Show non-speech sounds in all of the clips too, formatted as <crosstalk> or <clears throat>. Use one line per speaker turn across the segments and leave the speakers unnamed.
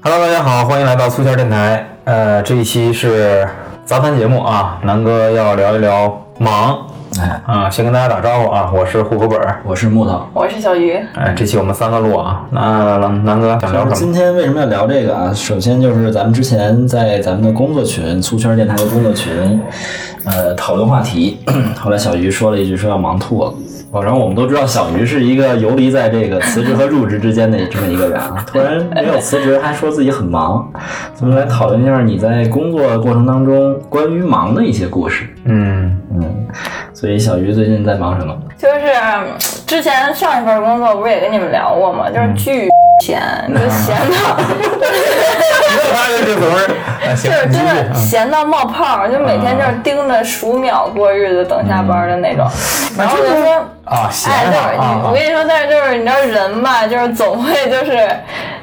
Hello，大家好，欢迎来到粗圈电台。呃，这一期是杂谈节目啊，南哥要聊一聊忙
哎，
啊，先跟大家打招呼啊，我是户口本儿。
我是木头。
我是小鱼，
哎，这期我们三个录啊，那南南哥想聊什么？
今天为什么要聊这个啊？首先就是咱们之前在咱们的工作群，粗圈电台的工作群，呃，讨论话题。 <clears throat> 后来小鱼说了一句，说要忙吐了。哦然后我们都知道小鱼是一个游离在这个辞职和入职之间的这么一个人啊，突然没有辞职，还说自己很忙。咱们来讨论一下你在工作过程当中关于忙的一些故事。
嗯，
嗯，所以小鱼最近在忙什么？
就是嗯之前上一份工作不是也跟你们聊过吗？就是巨 <laughs> 闲，就闲 <laughs> 到，
这怎么是？哎行
就，是真的闲到冒泡儿，就每天就是盯着数秒过日子，等下班的那种。然嗯后我就说，
啊，闲
哎，对，
啊啊
我跟你说，但是就是你知道人吧，就是总会就是。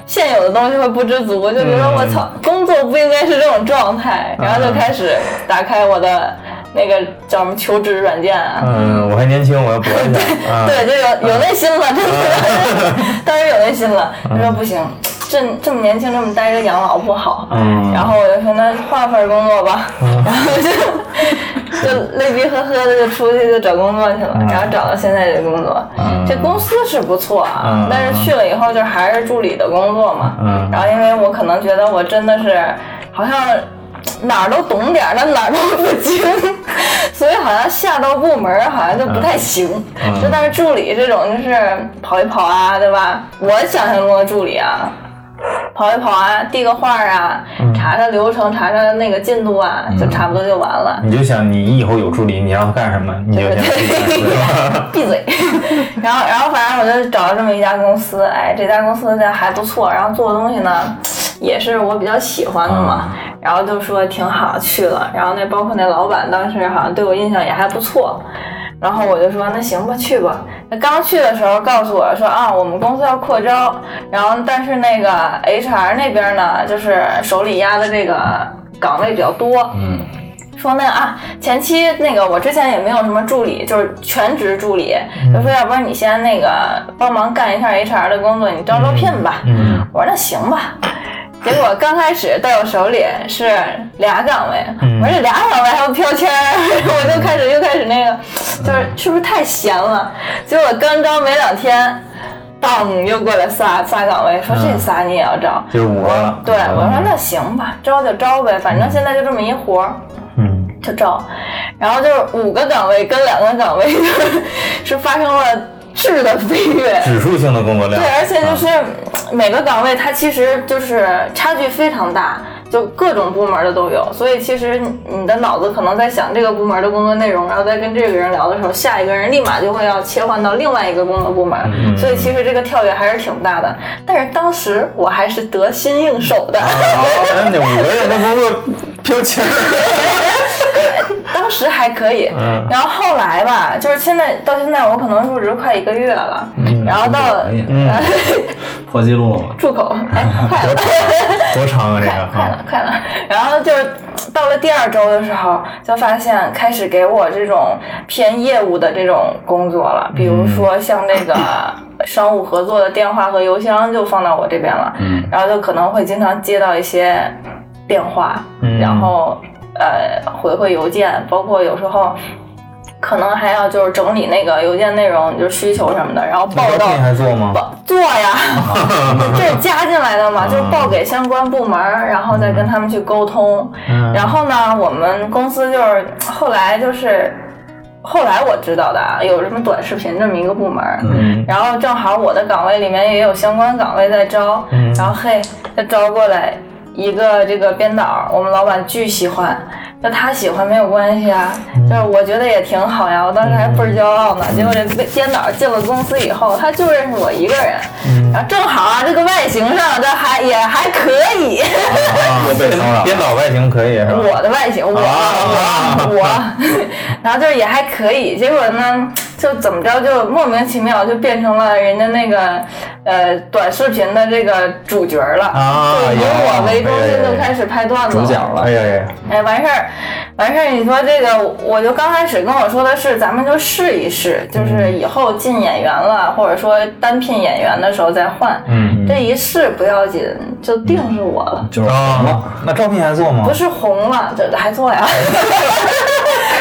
现有的东西会不知足，就比如说我操，工作不应该是这种状态，然后就开始打开我的那个叫什么求职软件啊，
嗯，我还年轻，我要搏一下啊。啊
对，就有有内心了，真的，当时有内心了。他说不行，这这么年轻这么待着养老不好。
嗯
然后我就说那换份工作吧， <laughs> 然后就就泪鼻呵呵的就出去就找工作去了，
嗯
然后找到现在这工作。这公司是不错
嗯
啊，但是去了以后就还是助理的工作嘛。
嗯
然后因为我可能觉得我真的是好像。哪儿都懂点儿，但哪儿都不精， <laughs> 所以好像下到部门儿好像就不太行。
嗯
就但是助理这种就是跑一跑啊，对吧？我想象中的助理啊，跑一跑啊，递个话儿啊，查查流程，查查那个进度啊，就差不多就完了。
你就想你以后有助理，你让他干什么，你就
对
先自己干是吧
闭嘴。 <laughs> 然后，然后反正我就找了这么一家公司，哎，这家公司的还不错，然后做的东西呢，也是我比较喜欢的嘛。然后就说挺好，去了。然后那包括那老板当时好像对我印象也还不错。然后我就说那行吧，去吧。那刚去的时候告诉我说啊，我们公司要扩招，然后但是那个 HR 那边呢，就是手里压的这个岗位比较多，
嗯，
说那啊，前期那个我之前也没有什么助理，就是全职助理，
嗯
就说要不然你先那个帮忙干一下 HR 的工作，你招招聘吧。
嗯
我说那行吧。结果刚开始到我手里是俩岗位，
嗯
我说这俩岗位还有标签儿， <laughs> 我就开始又开始那个，
嗯
就是是不是太闲了？结果刚招没两天，当又过来仨仨岗位，
嗯
说这仨你也要招。
就是我了。
对，我
嗯
说那行吧，招就招呗，反正现在就这么一活儿。
嗯，
就招，然后就是五个岗位跟两个岗位 <laughs> 是发生了质的飞跃。
指数性的工作量啊
对，。而且就是每个岗位它其实就是差距非常大，就各种部门的都有，所以其实你你的脑子可能在想这个部门的工作内容，然后再跟这个人聊的时候，下一个人立马就会要切换到另外一个工作部门，
嗯
所以其实这个跳跃还是挺大的。但是当时我还是得心应手的。
啊，哎那五个人的工作标签儿。
当时还可以，然后后来吧，就是现在到现在，我可能入职快一个月了，然后到
可以，
<laughs>
破纪录了吗？
住口，哎，快了， <laughs>
<laughs> 多长啊这个
快
啊
了，快了。然后就是到了第二周的时候，就发现开始给我这种偏业务的这种工作了，比如说像那个 <laughs> 商务合作的电话和邮箱就放到我这边了，
嗯
然后就可能会经常接到一些电话，
嗯
然后呃回回邮件，包括有时候。可能还要就是整理那个邮件内容，就是需求什么的，然后报
那招
到
聘还做吗？
报
<laughs>
做呀，这是加进来的嘛，就是
啊
报给相关部门儿，然后再跟他们去沟通。
嗯
然后呢，我们公司就是后来就是后来我知道的啊，有什么短视频这么一个部门儿，
嗯
然后正好我的岗位里面也有相关岗位在招，
嗯
然后嘿，就招过来一个这个编导，我们老板巨喜欢。那他喜欢没有关系啊，
嗯
就是我觉得也挺好呀，我当时还倍儿骄傲呢。结果这编导进了公司以后，他就认识我一个人，
嗯
然后正好啊，这个外形上这还也还可以，
啊，
又被骚扰
编导外形可以是吧？
我的外形，我、
啊
我我， <laughs> 然后就是也还可以，结果呢，就怎么着就莫名其妙就变成了人家那个呃短视频的这个主角了
啊
就以
有
我为中
哎
心
呀
就开始拍段子
主
了。
角了
哎。呀呀，
哎，完事儿，完事儿，你说这个，我就刚开始跟我说的是，咱们就试
嗯
一试，就是以后进演员了，或者说单聘演员的时候再换。
嗯嗯
这一试不要紧，就定是我了。
就是黄了。
啊，那招聘还做吗 <laughs>
不？是红了， <laughs> 这还做呀？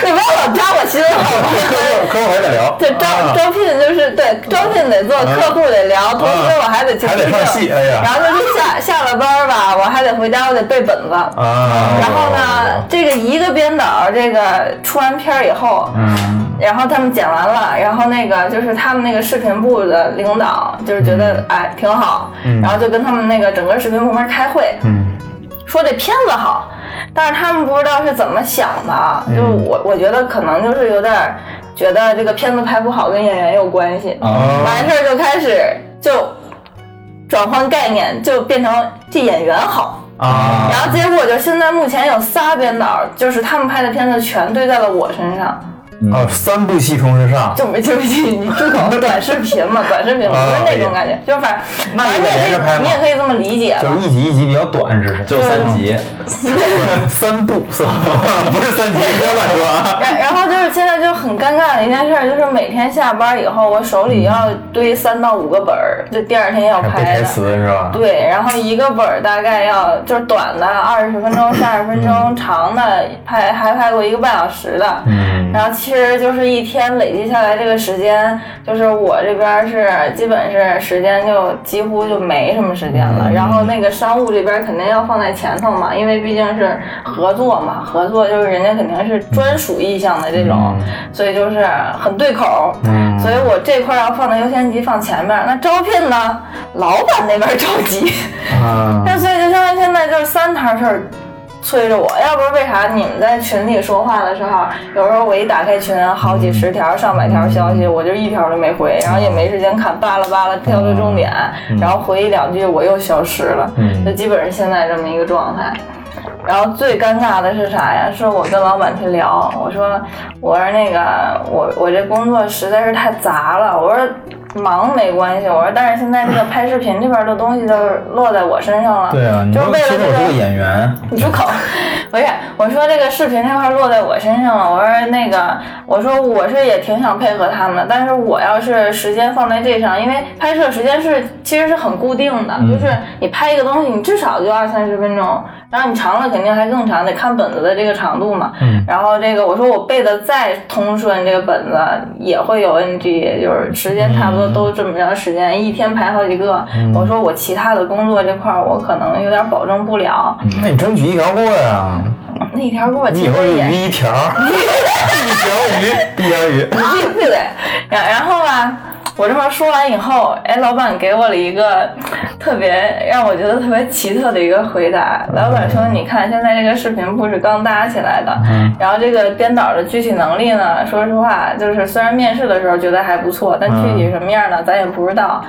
你不要老扎我心好
客
吗？
户客户还得聊，
对招
啊
招聘就是对招聘得做，客户得聊，同时我还得去
还得
听
上戏哎呀
然后就是下下了班儿吧，我还得回家，我得背本子。
啊，
然后呢，这个一个编导这个出完片儿以后，
嗯，
然后他们剪完了，然后那个就是他们那个视频部的领导就是觉
嗯
得哎挺好，然后就跟他们那个整个视频部门开会，
嗯
说这片子好，但是他们不知道是怎么想的啊，
嗯
就是我我觉得可能就是有点儿觉得这个片子拍不好跟演员有关系，
啊，
完事儿就开始就转换概念，就变成这演员好。
啊
然后结果就现在目前有仨编导，就是他们拍的片子全堆在了我身上，
啊，三部戏同时上，
就没就是你这种短视频嘛，短视频嘛，不是那种感觉，就是反正
啊那
反
也得
正你也
连着
可
拍嘛
以你也可以这么理解吧，
就是一集一集比较短，只是
就是三级，
<laughs> 三 <laughs> 部，三部不是三集，不要乱说啊。
然然后就是现在就很尴尬的一件事儿，就是每天下班以后，我手里要堆三到五个本儿，就第二天要
背
拍
台
的。
词是吧？
对，然后一个本儿大概要就是短的二十分钟、三十分钟，长的拍还拍过一个半小时的。
嗯
然后其实就是一天累积下来，这个时间就是我这边儿是基本是时间就几乎就没什么时间了。然后那个商务这边儿肯定要放在前头嘛，因为毕竟是合作嘛，合作就是人家肯定是专属意向的这种，所以就是很对口。
嗯
所以我这块儿要放在优先级放前面儿。那招聘呢，老板那边儿着急。
啊
那所以就相当于现在就是三摊事儿催着我，要不是为啥你们在群里说话的时候，有时候我一打开群，好
嗯
几十条、上百条消息，我就一条都没回，然
啊
后也没时间看，扒拉扒拉挑个重点，然后回一两句我又消失了，
嗯
就基本是现在这么一个状态。然后最尴尬的是啥呀？是我跟老板去聊，我说我说那个我我这工作实在是太杂了，我说忙没关系，我说但是现在这个拍视频这边的东西都是落在我身上了，
对啊，你
就是
说
为了
其实我是
这
个演员， <laughs>
你住口！不是，我说这个视频这块落在我身上了。我说那个，我说我是也挺想配合他们的，但是我要是时间放在这上，因为拍摄时间是其实是很固定的，就是你拍一个东西，你至少就二三十分钟，然后你长了肯定还更长，得看本子的这个长度嘛。
嗯
然后这个我说我背的再通顺，这个本子也会有 NG，就是时间差不多都这么长时间，一天排好几个。我说我其他的工作这块儿我可能有点保证不了。
那你争取一条过呀，
啊那条给我
你
其
以后
实
就
也 <laughs>
鱼一条， <laughs> 一条鱼，一条鱼，
闭闭嘴。然然后吧，我这么说完以后，哎，老板给我了一个特别让我觉得特别奇特的一个回答。老板说：“你看，现在这个视频部是刚搭起来的，然后这个编导的具体能力呢，说实话，就是虽然面试的时候觉得还不错，但具体什么样呢，咱也不知道。”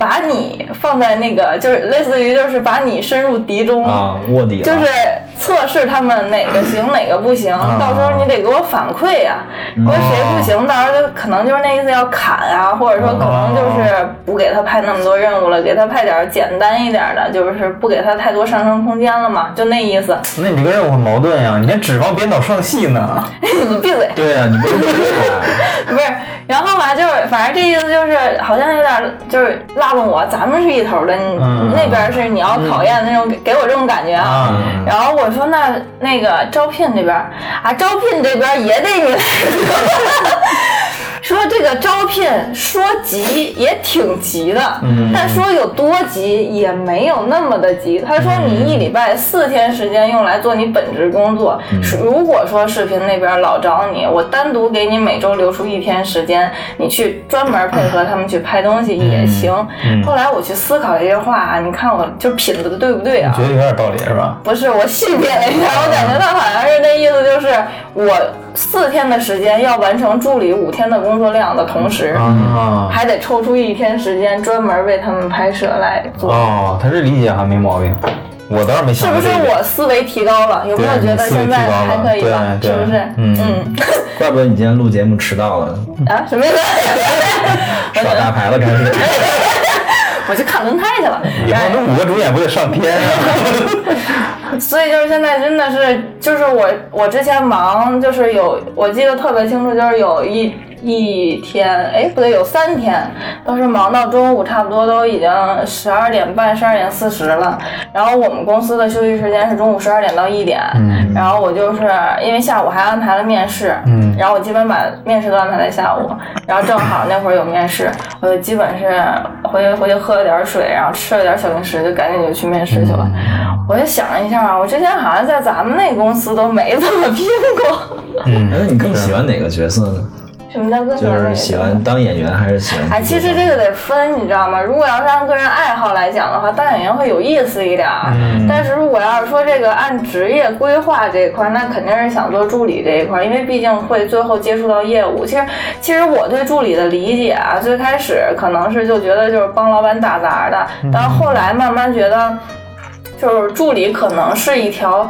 把你放在那个，就是类似于就是把你深入敌中
啊，卧底了
就是测试他们哪个行哪个不行，到时候你得给我反馈呀、如果谁不行，到时候就可能就是那意思要砍啊，或者说可能就是不给他派那么多任务了，给他派点儿简单一点儿的，就是不给他太多上升空间了嘛，就那意思。
那你这个任务很矛盾呀，你还指望编导上戏呢，
<laughs> 你闭嘴。
对啊，你不
<laughs>
是
不是，然后吧，就是反正这意思就是，好像有点就是拉拢我，咱们是一头的，你、
嗯
那边是你要考验那种，给我这种感觉啊。
嗯
然后我说那那个招聘这边儿啊，招聘这边儿也得你来。 <laughs> 说这个招聘说急也挺急的，但说有多急也没有那么的急。他说你一礼拜四天时间用来做你本职工作，是如果说视频那边老找你，我单独给你每周留出一天时间，你去专门配合他们去拍东西也行。后来我去思考这些话啊，你看我就品的对不对啊？
觉得有点道理是吧？
不是，我细品了一下，我感觉他好像是那意思，就是我四天的时间要完成助理五天的工作量的同时，
啊，
还得抽出一天时间专门为他们拍摄来做。
哦，他这理解还没毛病，我倒是没
是
想
不
到
是
这一点。
我思维提高了？有没有
对
觉得
你思维
现
提
在
高
还
了
可以
对
吧？是
对
不是？
嗯
怪不得你今天录节目迟到了，
啊，什么意思？ <laughs>
耍大牌了开始。
哎
哎
我去看轮胎去了。
以后
然后
那五个主演不得上天啊？
所以就是现在真的是，就是我我之前忙，就是有我记得特别清楚，就是有一一天，哎不对，有三天都是忙到中午，差不多都已经十二点半、十二点四十了。然后我们公司的休息时间是中午十二点到一点，
嗯
然后我就是因为下午还安排了面试，
嗯
然后我基本把面试都安排在下午，然后正好那会儿有面试，我就基本是回去回去喝了点水，然后吃了点小零食，就赶紧就去面试去了。
嗯
我就想了一下，我之前好像在咱们那公司都没怎么拼过。
嗯，
那你更喜欢哪个角色呢？
<laughs> 什么叫个
就
人魅
是
力
喜欢当演员还是喜欢？
哎，其实这个得分，你知道吗？如果要是按个人爱好来讲的话，当演员会有意思一点儿。
嗯
但是如果要是说这个按职业规划这一块儿，那肯定是想做助理这一块儿，因为毕竟会最后接触到业务。其实，其实我对助理的理解啊，最开始可能是就觉得就是帮老板打杂的，但
嗯
后来慢慢觉得，就是助理可能是一条。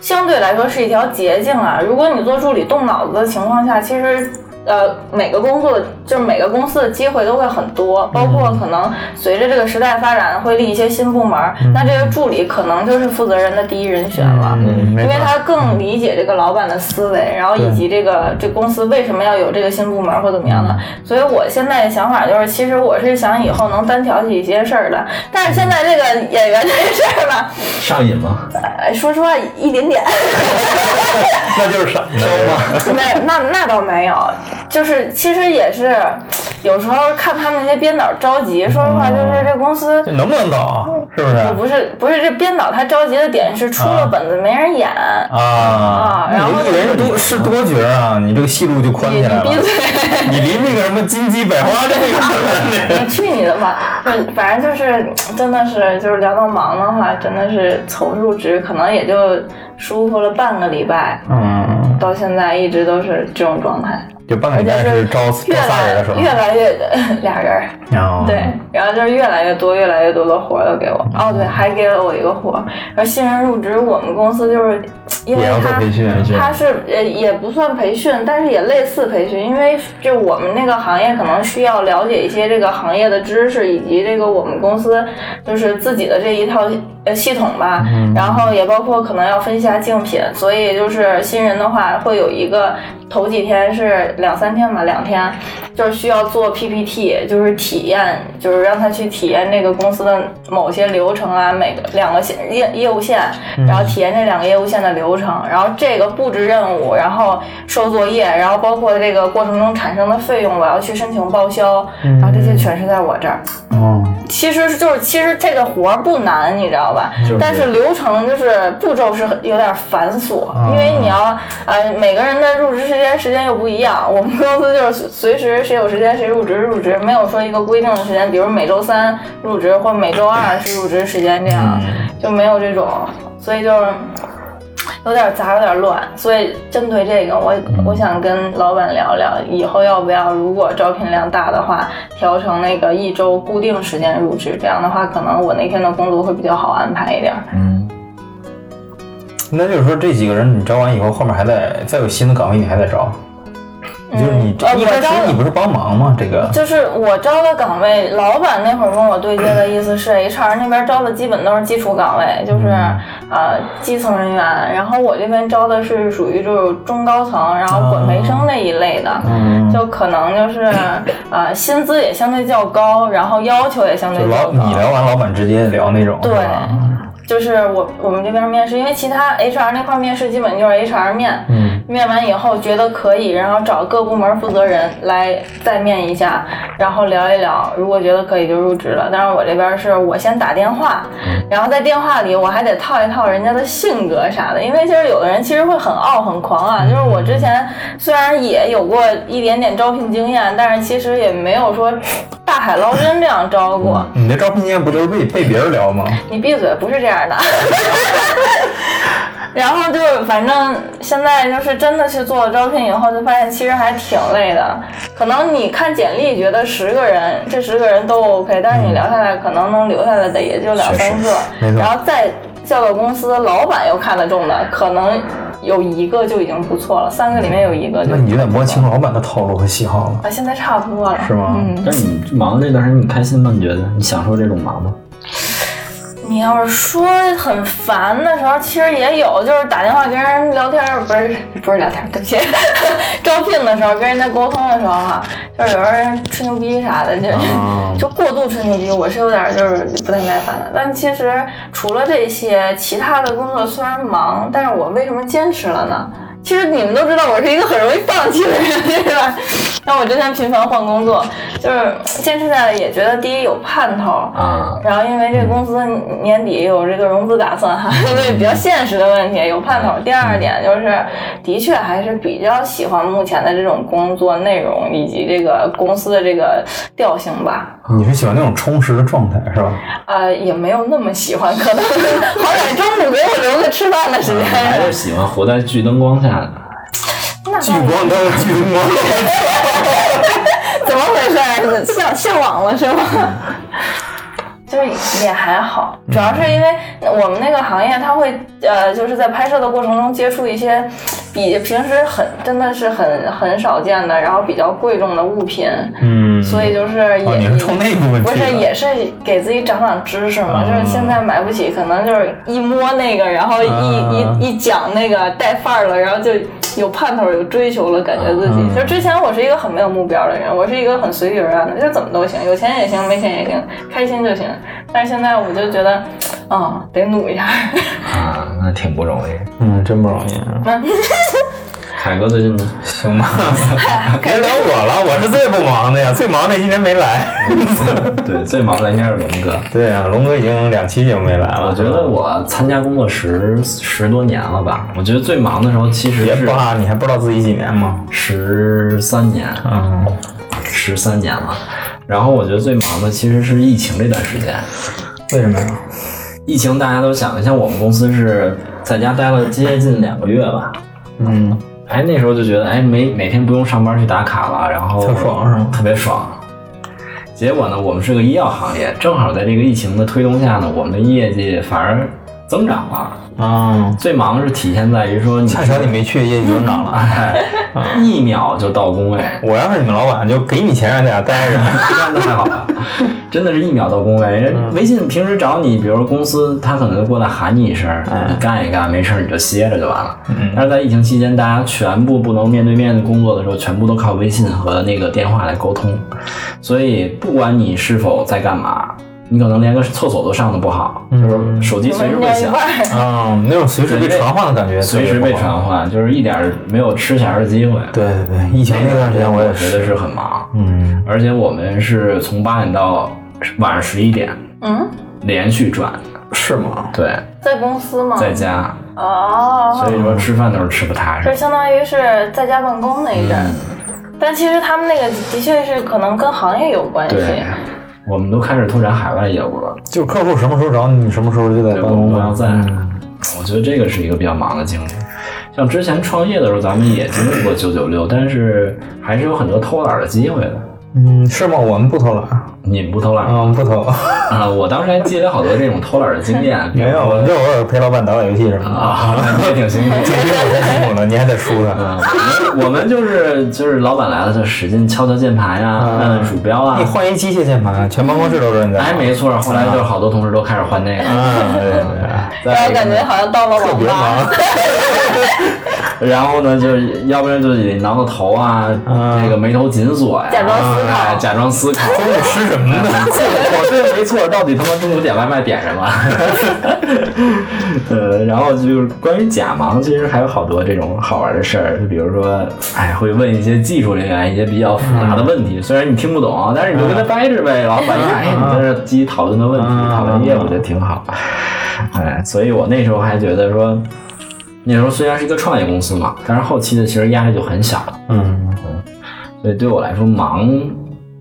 相对来说是一条捷径啊。如果你做助理动脑子的情况下，其实。呃，每个工作就是每个公司的机会都会很多，包括
嗯
可能随着这个时代发展会立一些新部门儿，那这个助理可能就是负责人的第一人选 <laughs> 了。
嗯，没
因为
错
他更理解这个老板的思维，然后以及这个这公司为什么要有这个新部门或怎么样的。
嗯
所以我现在的想法就是，其实我是想以后能单挑起一些事儿的，但是现在这个演员这个事儿吧，
上瘾吗？
呃说实话一点点。
那就是上嘛， <laughs>
没，那那倒没有，就是其实也是，有时候看他们那些编导着急，说实话，就是这公司
这能不能搞啊？是不是
不是不是这编导他着急的点是出了本子没人演，
啊？
然后
你一人是多是多角啊，你这个戏路就宽
你
起
你
来
闭
了。
嘴。 <laughs>
你离那个什么金鸡百花这
<laughs>
个
你去你的吧！嗯反正就是，真的是，就是聊到忙的话，真的是从入职可能也就舒服了半个礼拜，
嗯，
到现在一直都是这种状态，
就半个礼拜是招招
越
仨人
来
的是吧？
越来越 <laughs> 俩人儿，
哦
对，然后就是越来越多、越来越多的活儿都给我。哦，对，还给了我一个活儿。然后新人入职，我们公司就是因为
也要做
他
培训培训
他是呃也不算培训，但是也类似培训，因为就我们那个行业可能需要了解一些这个行业的知识，以及这个我们公司就是自己的这一套呃系统吧。
嗯
然后也包括可能要分析一下竞品，所以就是新人的话会有一个头几天是两三天吧，两天就是需要做 PPT，就是体验，就是让他去体验这个公司的某些流程啊，每个两个线业业务线，然后体验这两个业务线的流程，然后这个布置任务，然后收作业，然后包括这个过程中产生的费用，我要去申请报销，然后这些全是在我这儿。
哦，
其实就是其实这个活儿不难，你知道吧？
就是
但是流程就是步骤是很有点繁琐，
啊
因为你要呃每个人的入职时间时间又不一样。我们公司就是随随时谁有时间谁入职入职，没有说一个规定的时间，比如每周三入职或每周二是入职时间这样，
嗯
就没有这种，所以就是。有点杂，有点乱，所以针对这个，我我想跟老板聊聊，以后要不要，如果招聘量大的话，调成那个一周固定时间入职，这样的话，可能我那天的工作会比较好安排一点。
嗯，
那就是说这几个人你招完以后，后面还在再有新的岗位你还在招，就是你这
呃
一
我
开
招
始你不是帮忙吗？这个
就是我招的岗位，老板那会儿跟我对接的意思是，HR 那边招的基本都是基础岗位，就是呃基层人员，然后我这边招的是属于就是中高层，然后管培生那一类的，
嗯
就可能就是呃薪资也相对较高，然后要求也相对
就
较
老
高。
你聊完老板直接聊那种，
对
是吧
就是我我们这边面试，因为其他 HR 那块面试基本就是 HR 面，
嗯
面完以后觉得可以，然后找各部门负责人来再面一下，然后聊一聊，如果觉得可以就入职了。但是我这边是我先打电话，
嗯
然后在电话里我还得套一套人家的性格啥的，因为其实有的人其实会很傲很狂啊，就是我之前虽然也有过一点点招聘经验，但是其实也没有说大海捞针这样招过。
你的招聘经验不都是被被别人聊吗？
你闭嘴，不是
<laughs>
这样的。然后就反正现在就是真的去做了招聘以后，就发现其实还挺累的。可能你看简历觉得十个人，这十个人都 OK，但是你聊下来，可能能留下来的也就两三个。
嗯没错
然后再叫到公司，老板又看得中的，可能有一个就已经不错了，三个里面有一个就
那你有点摸清老板的套路和喜好了，
啊，现在差不多了。
是吗？
但是你忙这段时间你开心吗？你觉得你享受这种忙吗？
你要是说很烦的时候，其实也有，就是打电话跟人聊天，不是不是聊天，对不起， <laughs> 招聘的时候跟人家沟通的时候哈、就是有人吹牛逼啥的，就、
啊
<laughs> 就过度吹牛逼，我是有点就是不太耐烦的。但其实除了这些，其他的工作虽然忙，但是我为什么坚持了呢？其实你们都知道我是一个很容易放弃的人， <laughs> 对吧？那我之前频繁换工作，就是坚持下来也觉得第一有盼头，
啊，
然后因为这个公司年底有这个融资打算哈，对比较现实的问题有盼头。第二点就是，的确还是比较喜欢目前的这种工作内容以及这个公司的这个调性吧。
你是喜欢那种充实的状态是吧？
呃，也没有那么喜欢，可能好歹中午给我留个吃饭的时
还
间。
是喜欢活在聚灯光下的。
那
聚光灯，聚光灯。
怎么回事？ <laughs> 向向往了是吗？就是也还好，主要是因为我们那个行业，它会呃，就是在拍摄的过程中接触一些比平时很真的是很很少见的，然后比较贵重的物品，
<laughs> 嗯，
所以就是也、
哦，你是冲那部分
不
去的，
是也是给自己长长知识嘛。
啊
就是现在买不起，可能就是一摸那个，然后一、
啊
一一讲那个带范儿了，然后就有盼头、有追求了，感觉自己。
嗯
就之前我是一个很没有目标的人，我是一个很随遇而安的，就是怎么都行，有钱也行，没钱也行，开心就行。但是现在我就觉得，啊、得努一下。
啊，那挺不容易。
嗯，真不容易。
凯哥最近呢？
<laughs> 行吧，别聊我了，我是最不忙的呀，最忙的今天没来。
对，最忙的应该是龙哥。
对啊，龙哥已经两期节目没来了，
我觉得我参加工作十十多年了吧，我觉得最忙的时候其实
别
是
怕，你还不知道自己几年吗？
十三年，
嗯，
十三年了。然后我觉得最忙的其实是疫情这段时间。
为什么呀？
疫情大家都想，像我们公司是在家待了接近两个月吧。
嗯，
哎，那时候就觉得，哎，每每天不用上班去打卡了，然后
特爽是吗
特别爽。结果呢，我们是个医药行业，正好在这个疫情的推动下呢，我们的业绩反而增长了。
啊，
最忙是体现在于说你，
恰巧你啊没去，业绩增长了。
哎，一秒就到工位，
<laughs> 我要是你们老板，就给你钱让在家待着。 <laughs>
干的太好了， <laughs> 真的是一秒到工位。
嗯
人微信平时找你，比如公司，他可能就过来喊你一声，
哎
你干一干，没事儿你就歇着就完了。
嗯
但是在疫情期间，大家全部不能面对面工作的时候，全部都靠微信和那个电话来沟通，所以不管你是否在干嘛，你可能连个厕所都上的不好，
嗯
就是手机
<laughs>
随时会
那一
响
块。儿
啊，那种随时被传唤的感觉，
随时被传。唤，就是一点儿没有吃闲儿的机会。
对啊对对，疫情那段时间我也
觉
是，
得是很忙，
嗯，
而且我们是从八点到晚上十一点
嗯，
连续转，
是吗？
对，
在公司吗？
在家，
哦，
所以说吃饭都是吃不踏
就
实
是。相当于是在家办公那一阵儿。
嗯
但其实他们那个的确是可能跟行业有关系。
对，我们都开始拓展海外业务了，
就客户什么时候找你，什么时候就在
对，
办
我们
公
不要
嘛。
在。
嗯
我觉得这个是一个比较忙的经历。像之前创业的时候，咱们也经历过九九六，但是还是有很多偷懒的机会的。
嗯，是吗？我们不偷懒，
你们不偷懒吗
嗯，不
<laughs>
偷，
啊、我当时还积累好多这种偷懒的经验，
<laughs>
比
没
如
有，
说
我就偶尔陪老板打打游戏什么的。 <laughs>
啊，那也挺辛苦。
挺辛苦，太辛苦了，你还得输他。
嗯，我们我们就是就是老板来了就使劲敲敲键盘呀、
嗯
按按鼠标啊
你，换一机械键盘，全办公室都知道你在。
啊
哎，没错。后来就是好多同事都开始换那个，
嗯，对对对，
再
然后啊感觉好像到了
特
<laughs>
网
别
吧。
啊
<laughs> 忙。
然后呢，就是要不然就得挠挠头啊，
嗯
这个眉头紧锁呀、
假装思考
哎假装思考。
中午吃什么呢？
我这没错，到底他妈中午点外卖点什么？ <laughs> 呃，然后就是关于假忙，其实还有好多这种好玩的事儿，就比如说，哎，会问一些技术人员一些比较复杂的问
嗯
题，虽然你听不懂，啊但是你就跟他掰扯呗。老板一看，哎，你在这积极讨论的问题，
嗯
讨论业务就挺好。哎，所以我那时候还觉得说，那时候虽然是一个创业公司嘛，但是后期的其实压力就很小了。
嗯，
所以对我来说，忙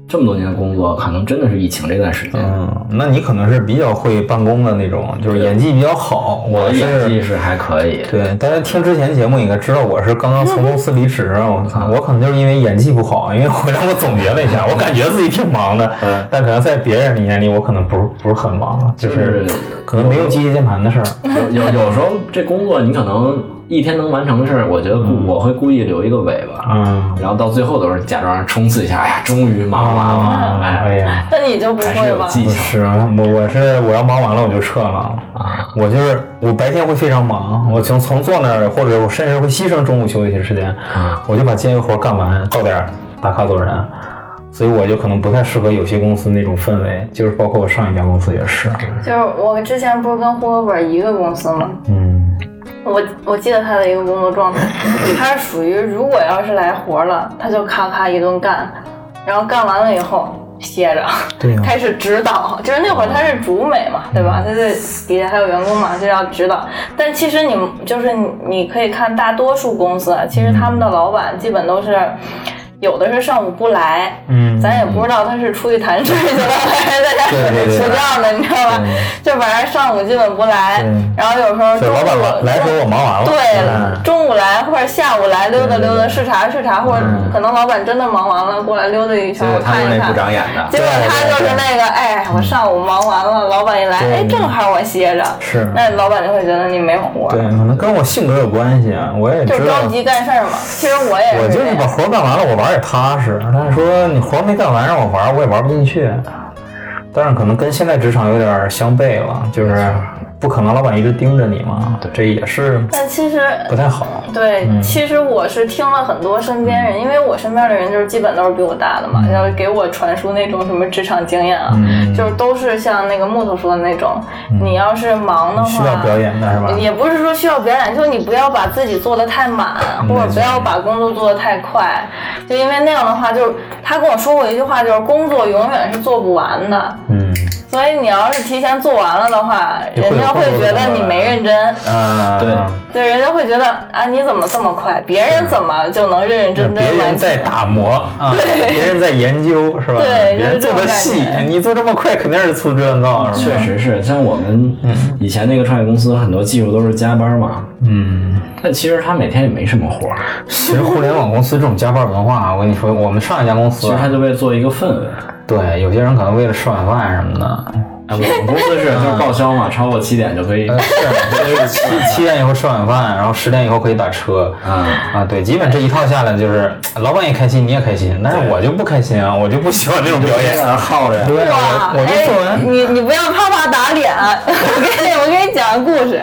这么多年的工作，可能真的是疫情这段时间。
嗯，那你可能是比较会办公的那种，就是演技比较好。
我
我
啊演技
是
是还可以，
对，但是听之前节目应该知道我是刚刚从公司离职啊。我
嗯
操，我可能就是因为演技不好，因为回来我总结了一下，我感觉自己挺忙的，
嗯
但可能在别人的眼里，我可能不是不是很忙，就
就是
是可能没有机械键盘的事儿。
有有有时候这工作你可能一天能完成的事儿，我觉得故我会故意留一个尾巴，
嗯，
然后到最后都是假装冲刺一下，哎呀，终于忙完了，
哎
哎，
呀，
<laughs> 那你就不
还是
会
有
吧？
技
不
巧。
嗯是，啊我我是我要忙完了我就撤了。啊我就是我白天会非常忙，我从从坐那儿，或者我甚至会牺牲中午休息时间，
嗯
我就把今天活干完，到点儿打卡走人。所以我就可能不太适合有些公司那种氛围，就是包括我上一家公司也是，
就是我之前不是跟胡老板一个公司吗？
嗯，
我我记得他的一个工作状态，他是属于如果要是来活了，他就咔咔一顿干，然后干完了以后歇着，
对呀、
开始指导。就是那会儿他是主美
嗯
嘛，对吧？他对底下还有员工嘛，就要指导。但其实你就是你，你可以看大多数公司啊，其实他
嗯
们的老板基本都是。有的是上午不来，
嗯
咱也不知道他是出去谈事去了，还是在家
对对对
睡觉呢，你知道吧？就反正上午基本不来
对，
然后有时候
所以老板来来时候我忙完了，哎嗯
对，中午来或者下午来溜达溜达，视察视察，或者
嗯
可能老板真的忙完了过来溜达一
结
圈
果他
看
就是
一
那不
看。
长眼的，
结果
对
他
对
就
对嗯
是那个，哎，我上午忙完了，老板一来，
对嗯
哎，正好我歇着，
是
那老板就会觉得你没活
对，
儿，
可能跟我性格有关系，啊我也
就是
知道
着。急干事儿嘛。其实我也
<laughs> 我
是
就
这
是把
样，
活儿干完了，我玩儿也踏实。但是说你活儿没干完让我玩儿，我也玩不进去。但是可能跟现在职场有点儿相悖了，就是不可能老板一直盯着你嘛，这也是
但其实
不太好。
对，
嗯
其实我是听了很多身边人，因为我身边的人就是基本都是比我大的嘛，
嗯
然后给我传输那种什么职场经验啊，就是都是像那个木头说的那种，你要是忙的话，
嗯需要表演的是吧？
也不是说需要表演，就是你不要把自己做的太满，
嗯
或者不要把工作做的太快，就因为那样的话，就是他跟我说过一句话，就是工作永远是做不完的，
嗯，
所以你要是提前做完了的话，
也会有
人家会觉得你没认真。
啊，
对
对，人家会觉得啊，你怎么这么快？别人怎么就能认认真真
别
完
人
成？
在打磨 <laughs> 啊，别人在研究是吧？
对
别
就是
人
这
做
种
的
感
细
觉，
你做这么快肯定是粗制滥造是
确
吧？
实是。像我们以前那个创业公司，很多技术都是加班嘛，
嗯，
但其实他每天也没什么活儿，
<laughs> 其实互联网公司这种加班文化，我跟你说，我们上一家公司
其实他就为了做一个氛围。
对，有些人可能为了吃晚饭什么的，
哎，我们公司是就是报销嘛，超过七点就可 <laughs> 以。
是七七点以后吃晚饭，然后十点以后可以打车。
嗯，
啊，对，基本这一套下来就是老板也开心，你也开心，但是我就不开心啊，我就不喜欢这种表演。
耗着呀。
对啊，
哇，
我我就做
哎
完。
你你不要啪啪打
<laughs>
脸，我给你我给你讲个故事，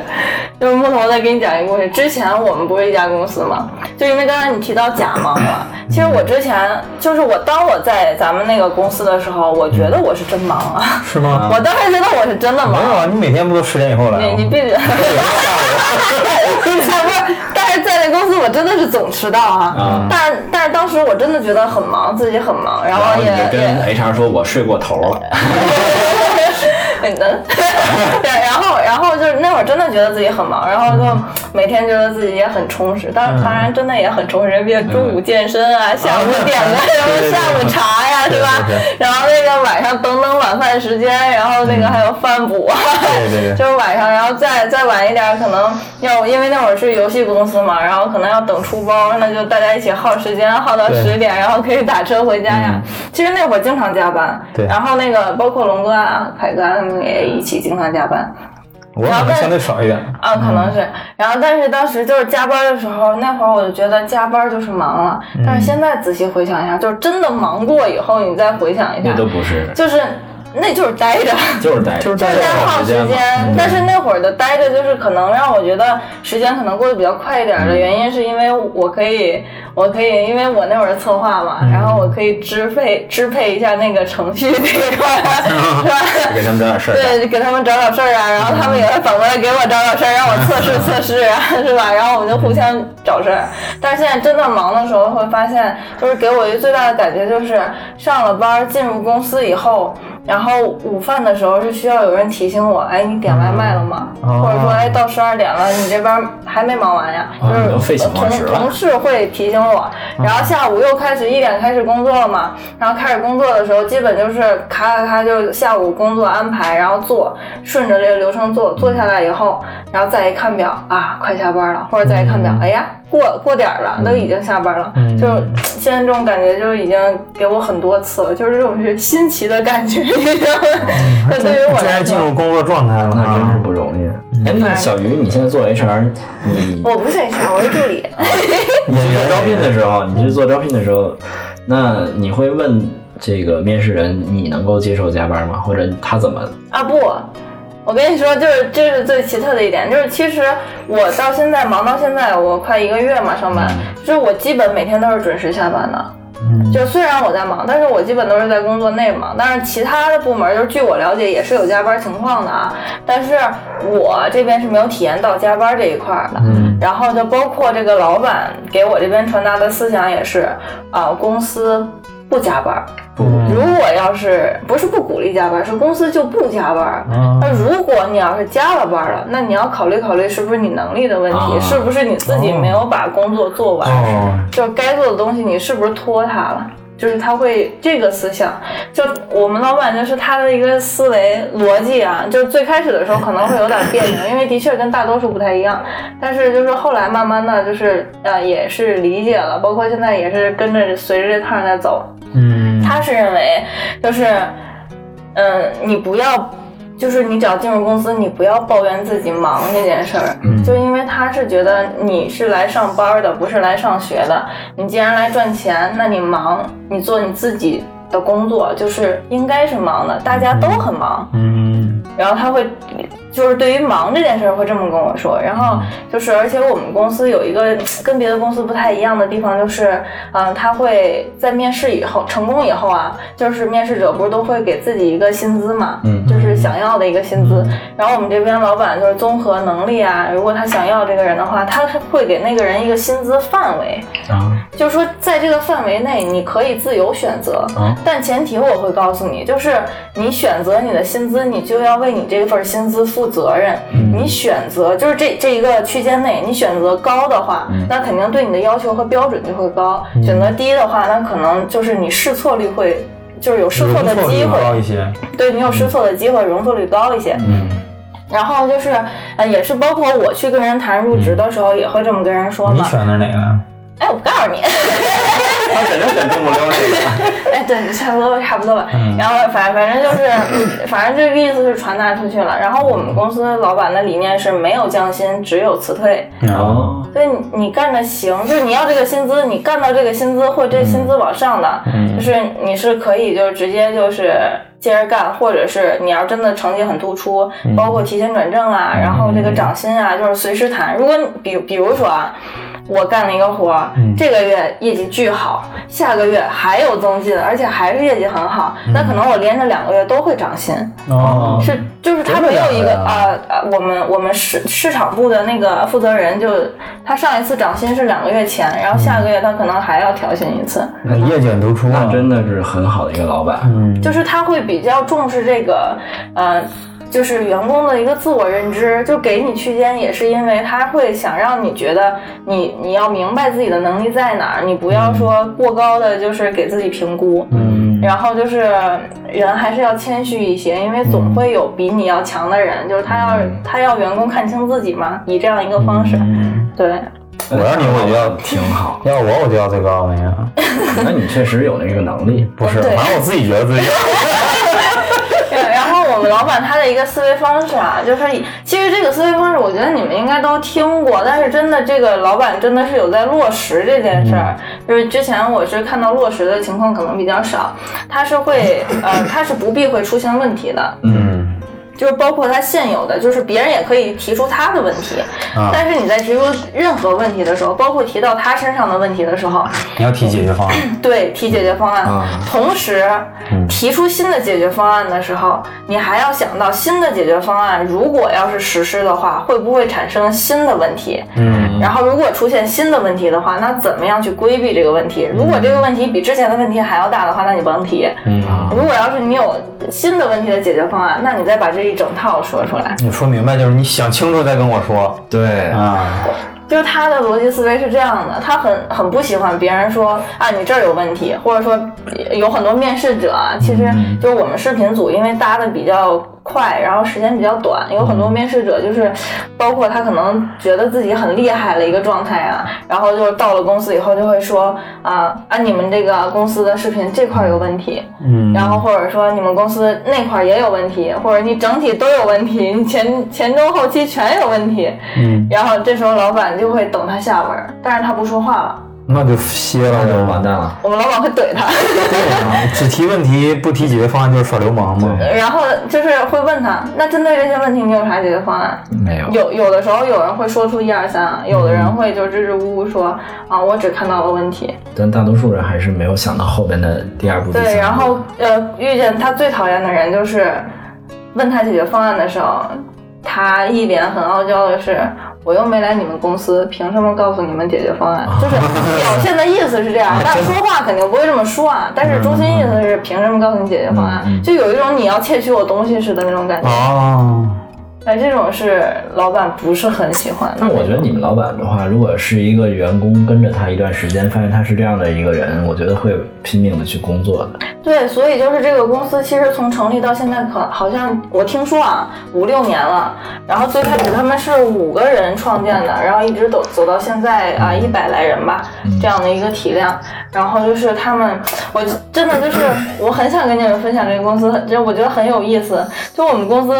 就是木头再给你讲一个故事。之前我们不是一家公司嘛，就因为刚才你提到假忙嘛，其实我之前就是我当我在咱们那个公司的时候，我觉得我是真忙啊，
是吗？
我当时觉得我是真的忙
没，有啊，你每天不都十点以后来
你你
吗？
闭嘴！ <laughs> 不是，但是在那公司我真的是总迟到啊。但但是当时我真的觉得很忙，自己很忙，然
然
后
后
也
你
哦
就跟
也
HR 说，我睡过头了。
哎
嗯 <laughs> 对，然后然后就是那会儿真的觉得自己很忙，然后就每天觉得自己也很充实，当
嗯
当然真的也很充实，毕竟中午健身啊，下午点个什么 <laughs> 下午茶呀，是吧
对对？嗯
然后那个晚上等等晚饭时间，然后那个还有饭补啊，
对
<laughs>
对对，
就是晚上，然后再再晚一点，可能要因为那会儿是游戏公司嘛，然后可能要等出包，那就大家一起耗时间，耗到
对
十点，然后可以打车回家呀。其实那会儿经常加班，
对
然后那个包括龙哥啊、凯哥啊他们也一起经常加班
我可能相对少一点。
啊，可能是。然后但是当时就是加班的时候，那会儿我就觉得加班就是忙了，但是现在仔细回想一下，就是真的忙过以后，你再回想一
<laughs>
下
那，都不是，
就是那就是待着。
就是待着，就是
就是在耗时间，但是那会儿的待着就是可能让我觉得时间可能过得比较快一点的原因，是因为我可以，我可以，因为我那会儿策划嘛，然后我可以支配支配一下那个程序这一块儿，是 <laughs> 吧？
给他们找点事儿干。
对，给他们找找事儿啊，然后他们也会反过来给我找找事儿，让我测试测试啊，是吧？ <laughs> 然后我们就互相找事儿。但是现在真的忙的时候，会发现，就是给我一个最大的感觉就是，上了班儿进入公司以后，然后午饭的时候是需要有人提醒我，哎，你点外卖了吗？
哦
或者说，哎，到十二点了，你这边儿还没忙完呀？
哦你都
就
废
是
寝忘
同
食了啊
同事会提醒我，然后下午又开始一点开始工作了嘛，然后开始工作的时候，基本就是咔咔咔就下午工作安排，然后做，顺着这个流程做，做下来以后，然后再一看表啊，快下班了，或者再一看
嗯
表，哎呀，过过点儿了，都已经下班了，就现在这种感觉就是已经给我很多次了，就是这种是新
嗯
<laughs> 奇的感觉，你知道吗？对于我
这
来
还进
说。
入工作状态了
那真是
啊！
不容易。哎，那小鱼，你现在做 HR，你
<laughs>
我不是 HR，我是助理。
你是招聘的时候，你是做招聘的时候，那你会问这个面试人你能够接受加班吗？或者他怎么？
啊不，我跟你说，就是这是最奇特的一点，就是其实我到现在忙到现在，我快一个月嘛上班，就是我基本每天都是准时下班的。就虽然我在忙，但是我基本都是在工作内忙。但是其他的部门，就是据我了解，也是有加班情况的啊。但是我这边是没有体验到加班这一块儿
嗯
的。然后就包括这个老板给我这边传达的思想也是，啊、公司不加班儿，
不
嗯
不
如果要是不是不鼓励加班，是公司就不加班。
嗯哦
那、如果你要是加了班了，那你要考虑考虑是不是你能力的问题，
啊
是不是你自己没有把工作做完，
哦，
就是该做的东西你是不是拖沓了。就是他会这个思想，就我们老板就是他的一个思维逻辑啊，就最开始的时候可能会有点别扭，因为的确跟大多数不太一样，但是就是后来慢慢的就是呃也是理解了，包括现在也是跟着随着这趟在走，
嗯，
他是认为就是，嗯，你不要，就是你只要进入公司，你不要抱怨自己忙这件事儿，就因为他是觉得你是来上班的，不是来上学的。你既然来赚钱，那你忙，你做你自己。的工作就是应该是忙的，大家都很忙，
嗯
然后他会就是对于忙这件事儿会这么跟我说，然后就是而且我们公司有一个跟别的公司不太一样的地方，就是嗯、他会在面试以后成功以后啊，就是面试者不是都会给自己一个薪资嘛，
嗯
就是想要的一个薪资，然后我们这边老板就是综合能力啊，如果他想要这个人的话，他是会给那个人一个薪资范围，
啊
就是说，在这个范围内，你可以自由选择，
嗯
但前提我会告诉你，就是你选择你的薪资，你就要为你这份薪资负责任。你选择就是这这一个区间内，你选择高的话，那肯定对你的要求和标准就会高；选择低的话，那可能就是你试错率会。就是有试错的
容错
机
率啊
会，
高一些，
对你有试错的机会，容错率高一些。
嗯
然后就是，呃，也是包括我去跟人谈入职的时候，也会这么跟人说
你
嘛。
选的是哪个呀？
哎，我不告诉你。 <laughs>
他肯定选中不溜这个。
哎，对，差不多吧，差不多吧。
嗯
然后反反正就是，反正这个意思是传达出去了。然后我们公司老板的理念是没有降薪，只有辞退。
哦，
哦，
所以你你干着行，就是你要这个薪资，你干到这个薪资或者这薪资往上的，
嗯
就是你是可以就是直接就是接着干，或者是你要真的成绩很突出，
嗯
包括提前转正啊，然后这个涨薪啊，就是随时谈。如果你比比如说啊。我干了一个活儿，
嗯
这个月业绩巨好，下个月还有增进，而且还是业绩很好，
嗯
那可能我连着两个月都会涨薪。
哦，
是，就是他
真的
没有
假
一
的
个
呀
啊、呃我们我们市市场部的那个负责人就，他上一次涨薪是两个月前，然后下
嗯
个月他可能还要调薪一次，
那业绩很突出啊
那，真的是很好的一个老板。
嗯，
就是他会比较重视这个，呃。就是员工的一个自我认知，就给你区间，也是因为他会想让你觉得你你要明白自己的能力在哪儿，你不要说过高的就是给自己评估，
嗯
然后就是人还是要谦虚一些，因为
嗯
总会有比你要强的人，就是他要他要员工看清自己嘛，以这样一个方式，
嗯，
对，
我要你我就要
挺好。
要我我就要最高那个，
那你确实有这个
<laughs>
能力。
不是，
嗯对
反正我自己觉得
<laughs>
自己，
对，然后我们老板他的一个思维方式啊， <laughs> 就是以其实这个思维方式，我觉得你们应该都听过，但是真的这个老板真的是有在落实这件事儿。
嗯
就是之前我是看到落实的情况可能比较少，他是会呃，他是不避讳出现问题的，
嗯
就是包括他现有的，就是别人也可以提出他的问题，
啊，
但是你在提出任何问题的时候，包括提到他身上的问题的时候，
你要提解决方案，
对提解决方案，
啊
同时提出新的解决方案的时候，你还要想到新的解决方案如果要是实施的话，会不会产生新的问题？
嗯
然后如果出现新的问题的话，那怎么样去规避这个问题？如果这个问题比之前的问题还要大的话，那你甭提。
嗯，
如果要是你有新的问题的解决方案，那你再把这一整套说出来。
你说明白就是你想清楚再跟我说
对，
啊，
就就是他的逻辑思维是这样的，他很很不喜欢别人说啊你这儿有问题，或者说有很多面试者啊，其实就是我们视频组因为搭的比较快，然后时间比较短，有很多面试者就是包括他可能觉得自己很厉害的一个状态啊，然后就到了公司以后就会说啊啊你们这个公司的视频这块儿有问题，
嗯，
然后或者说你们公司那块儿也有问题，或者你整体都有问题，你前前中后期全有问题。
嗯，
然后这时候老板就会等他下文儿，但是他不说话了，
那就歇了
那就完
呗。
蛋了。
我们老板会怼他， <laughs>
对啊，只提问题不提解决方案就是耍流氓嘛。
然后就是会问他，那针对这些问题你有啥解决方案？
没有，
有有的时候有人会说出一二三，啊有的人会就支支吾吾说啊，我只看到了问题。
但大多数人还是没有想到后边的第二步。第三
对，
步
然后呃，遇见他最讨厌的人就是问他解决方案的时候，他一脸很傲娇的是：“我又没来你们公司，凭什么告诉你们解决方案？”就是表现的意思是这样，但说话肯定不会这么说啊。但是中心意思是：“凭什么告诉你解决方案？”就有一种你要窃取我东西似的那种感觉。
哦，
哎，这种是老板不是很喜欢的
但。我觉得你们老板的话，如果是一个员工跟着他一段时间，发现他是这样的一个人，我觉得会拼命的去工作的。
对，所以就是这个公司，其实从成立到现在可，好像我听说啊，五六年了。然后最开始他们是五个人创建的，然后一直走走到现在啊，一、0百来人吧，
嗯
这样的一个体量。然后就是他们，我真的就是我很想跟你们分享这个公司，就我觉得很有意思。就我们公司，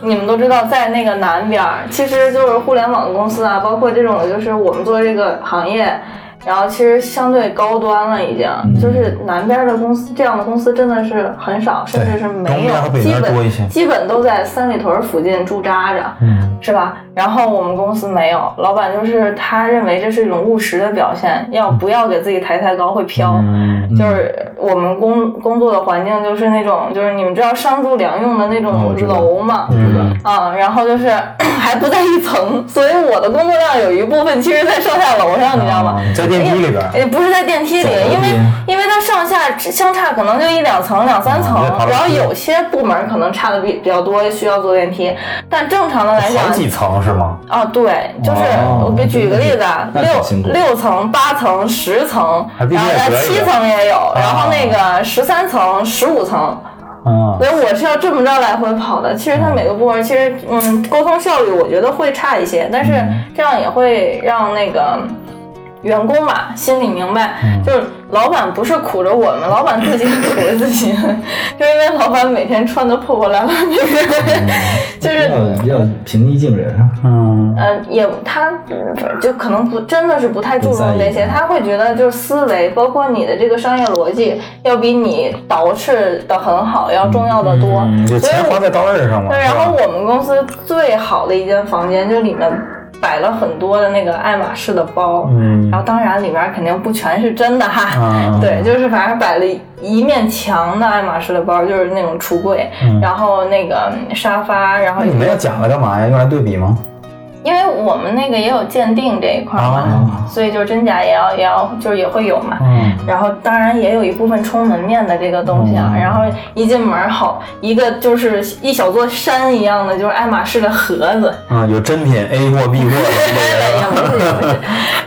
你们都知道，在那个南边儿，其实就是互联网公司啊，包括这种就是我们做这个行业。然后其实相对高端了，已经、
嗯
就是南边的公司，这样的公司真的是很少，甚至是
东
没有
边和，北
基
边多一些
本基本都在三里屯附近驻扎着，
嗯，
是吧？然后我们公司没有，老板就是他认为这是一种务实的表现，要不要给自己抬太高会飘。
嗯，
就是我们工工作的环境就是那种，就是你们知道商住两用的那
哦我
种
知道嗯
楼吗？
是吧？
啊、然后就是 <coughs> 还不在一层，所以我的工作量有一部分其实在上下楼上，你知道吗？
嗯在电梯里边儿，
也不是在电梯里，
楼梯
因为因为它上下只相差可能就一两层、两三层
你在爬楼，梯
然后有些部门可能差的比比较多，需要坐电梯。但正常的来讲
好，几层是吗？
啊，对，就是
哦
我给举个例子啊，
那挺辛苦
六六层、八层、十层，
还毕
然
竟
后
也
呢
可以
七层也
啊
有，然后那个十三层、十五层，
嗯，
所以我是要这么着来回跑的。其实它每个部门其实嗯沟通效率我觉得会差一些，但是
嗯
这样也会让那个。员工嘛，心里明白，
嗯
就是老板不是苦着我们，老板自己也苦着自己， <laughs> 就是因为老板每天穿的破破烂烂的， <laughs> 就是
要要平易近人啊。
嗯，
呃，也他嗯就可能不真的是不太注重这
不在
些，
意
他会觉得就是思维，包括你的这个商业逻辑，要比你捯饬的很好要重要的多。
嗯就
所以
钱花
我
在刀刃上嘛。
对，
是
然
吧
后我们公司最好的一间房间，就里面摆了很多的那个爱马仕的包，
嗯
然后当然里面肯定不全是真的哈，
啊
对，就是反正摆了一面墙的爱马仕的包，就是那种橱柜，然后那个沙发，然后
那你们要讲了干嘛呀？用来对比吗？
因为我们那个也有鉴定这一块儿嘛，
啊
所以就真假也要也要就是也会有嘛。
嗯，
然后当然也有一部分充门面的这个东西啊。然后一进门儿好一个就是一小座山一样的，就是爱马仕的盒子，
啊，有真品 A 货 B 货 <laughs>
也
的，
不是也不是。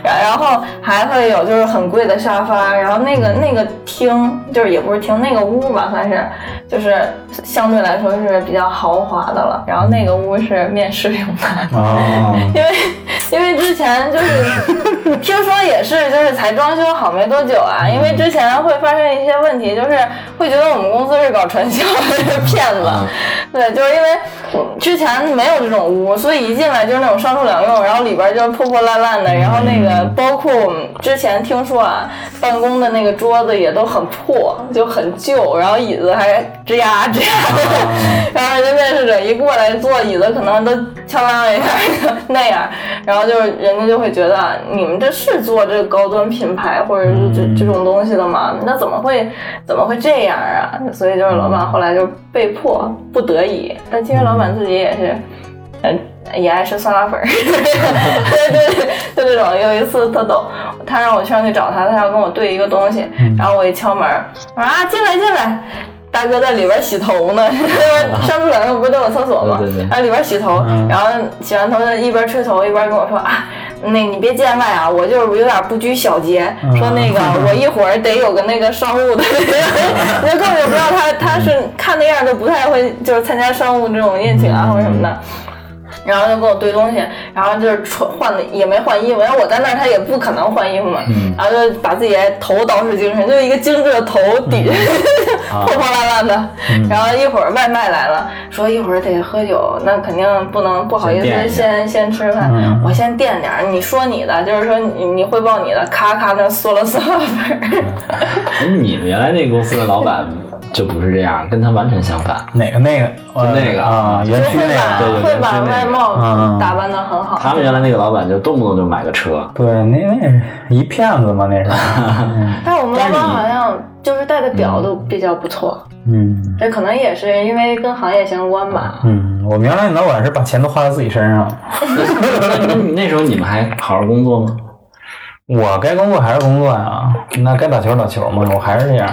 <laughs> 然然后还会有就是很贵的沙发，然后那个那个厅就是也不是厅，那个屋吧算是，就是相对来说是比较豪华的了。然后那个屋是面试用的。
啊， <laughs>
因为因为之前就是听说也是就是才装修好没多久啊，因为之前会发生一些问题，就是会觉得我们公司是搞传销的是骗子，对，就是因为我之前没有这种屋，所以一进来就是那种商住两用，然后里边就是破破烂烂的，然后那个包括我们之前听说啊，办公的那个桌子也都很破，就很旧，然后椅子还吱呀吱呀的。 <laughs> 然后人家面试者一过来坐椅子，可能都呛啷一下那样，然后就是人家就会觉得你们这是做这个高端品牌或者是这这种东西的吗？那怎么会怎么会这样啊？所以就是老板后来就被迫不得已，但其实老板自己也是， <laughs> 嗯。也爱吃酸辣粉儿， <laughs> 对对对，就这种。有一次特逗，他让我上去找他，他要跟我对一个东西，
嗯
然后我一敲门，我说啊，进来进来，大哥在里边洗
<laughs>
头呢， <laughs> 上住两用不是都有厕所吗？
对对对嗯
然后里边洗头，然后洗完头就一边吹头一边跟我说啊，那你别见外啊，我就是有点不拘小节，
嗯
说
<laughs>
那个我一会儿得有个那个商务的，那根本就不知道他他是
嗯
看那样就不太会就是参加商务这种宴请啊
嗯
或者什么的。然后就跟我堆东西，然后就是穿换的也没换衣服，然后我在那儿他也不可能换衣服嘛，
嗯
然后就把自己的头捯饬精神，就一个精致的头底，
嗯
<laughs>
啊
破破烂烂的。然后一会儿外卖来了，说一会儿得喝酒，那肯定不能不好意
先垫
思
一下嗯
先先吃饭，我先垫点儿。你说你的，就是说你你汇报你的，咔咔的嗦了嗦了份儿。 <laughs>
哎你们原来那公司的老板就不是这样，跟他完全相反。
哪个那个？呃
那个
啊，园区
会
那
把
个。
对对
会把
对对
外
嗯
貌打扮的很好。
他们原来那个老板就动不动就买个车，
对，那那是一骗子嘛，那是。
但是我们老
但是
板
你
好像就是戴的表都比较不错，
嗯
这可能也是因为跟行业相关吧。
嗯，我们原来老板是把钱都花在自己身上。
那那你那时候你们还好好工作吗？
我该工作还是工作呀，那该打球打球嘛，我还是这样，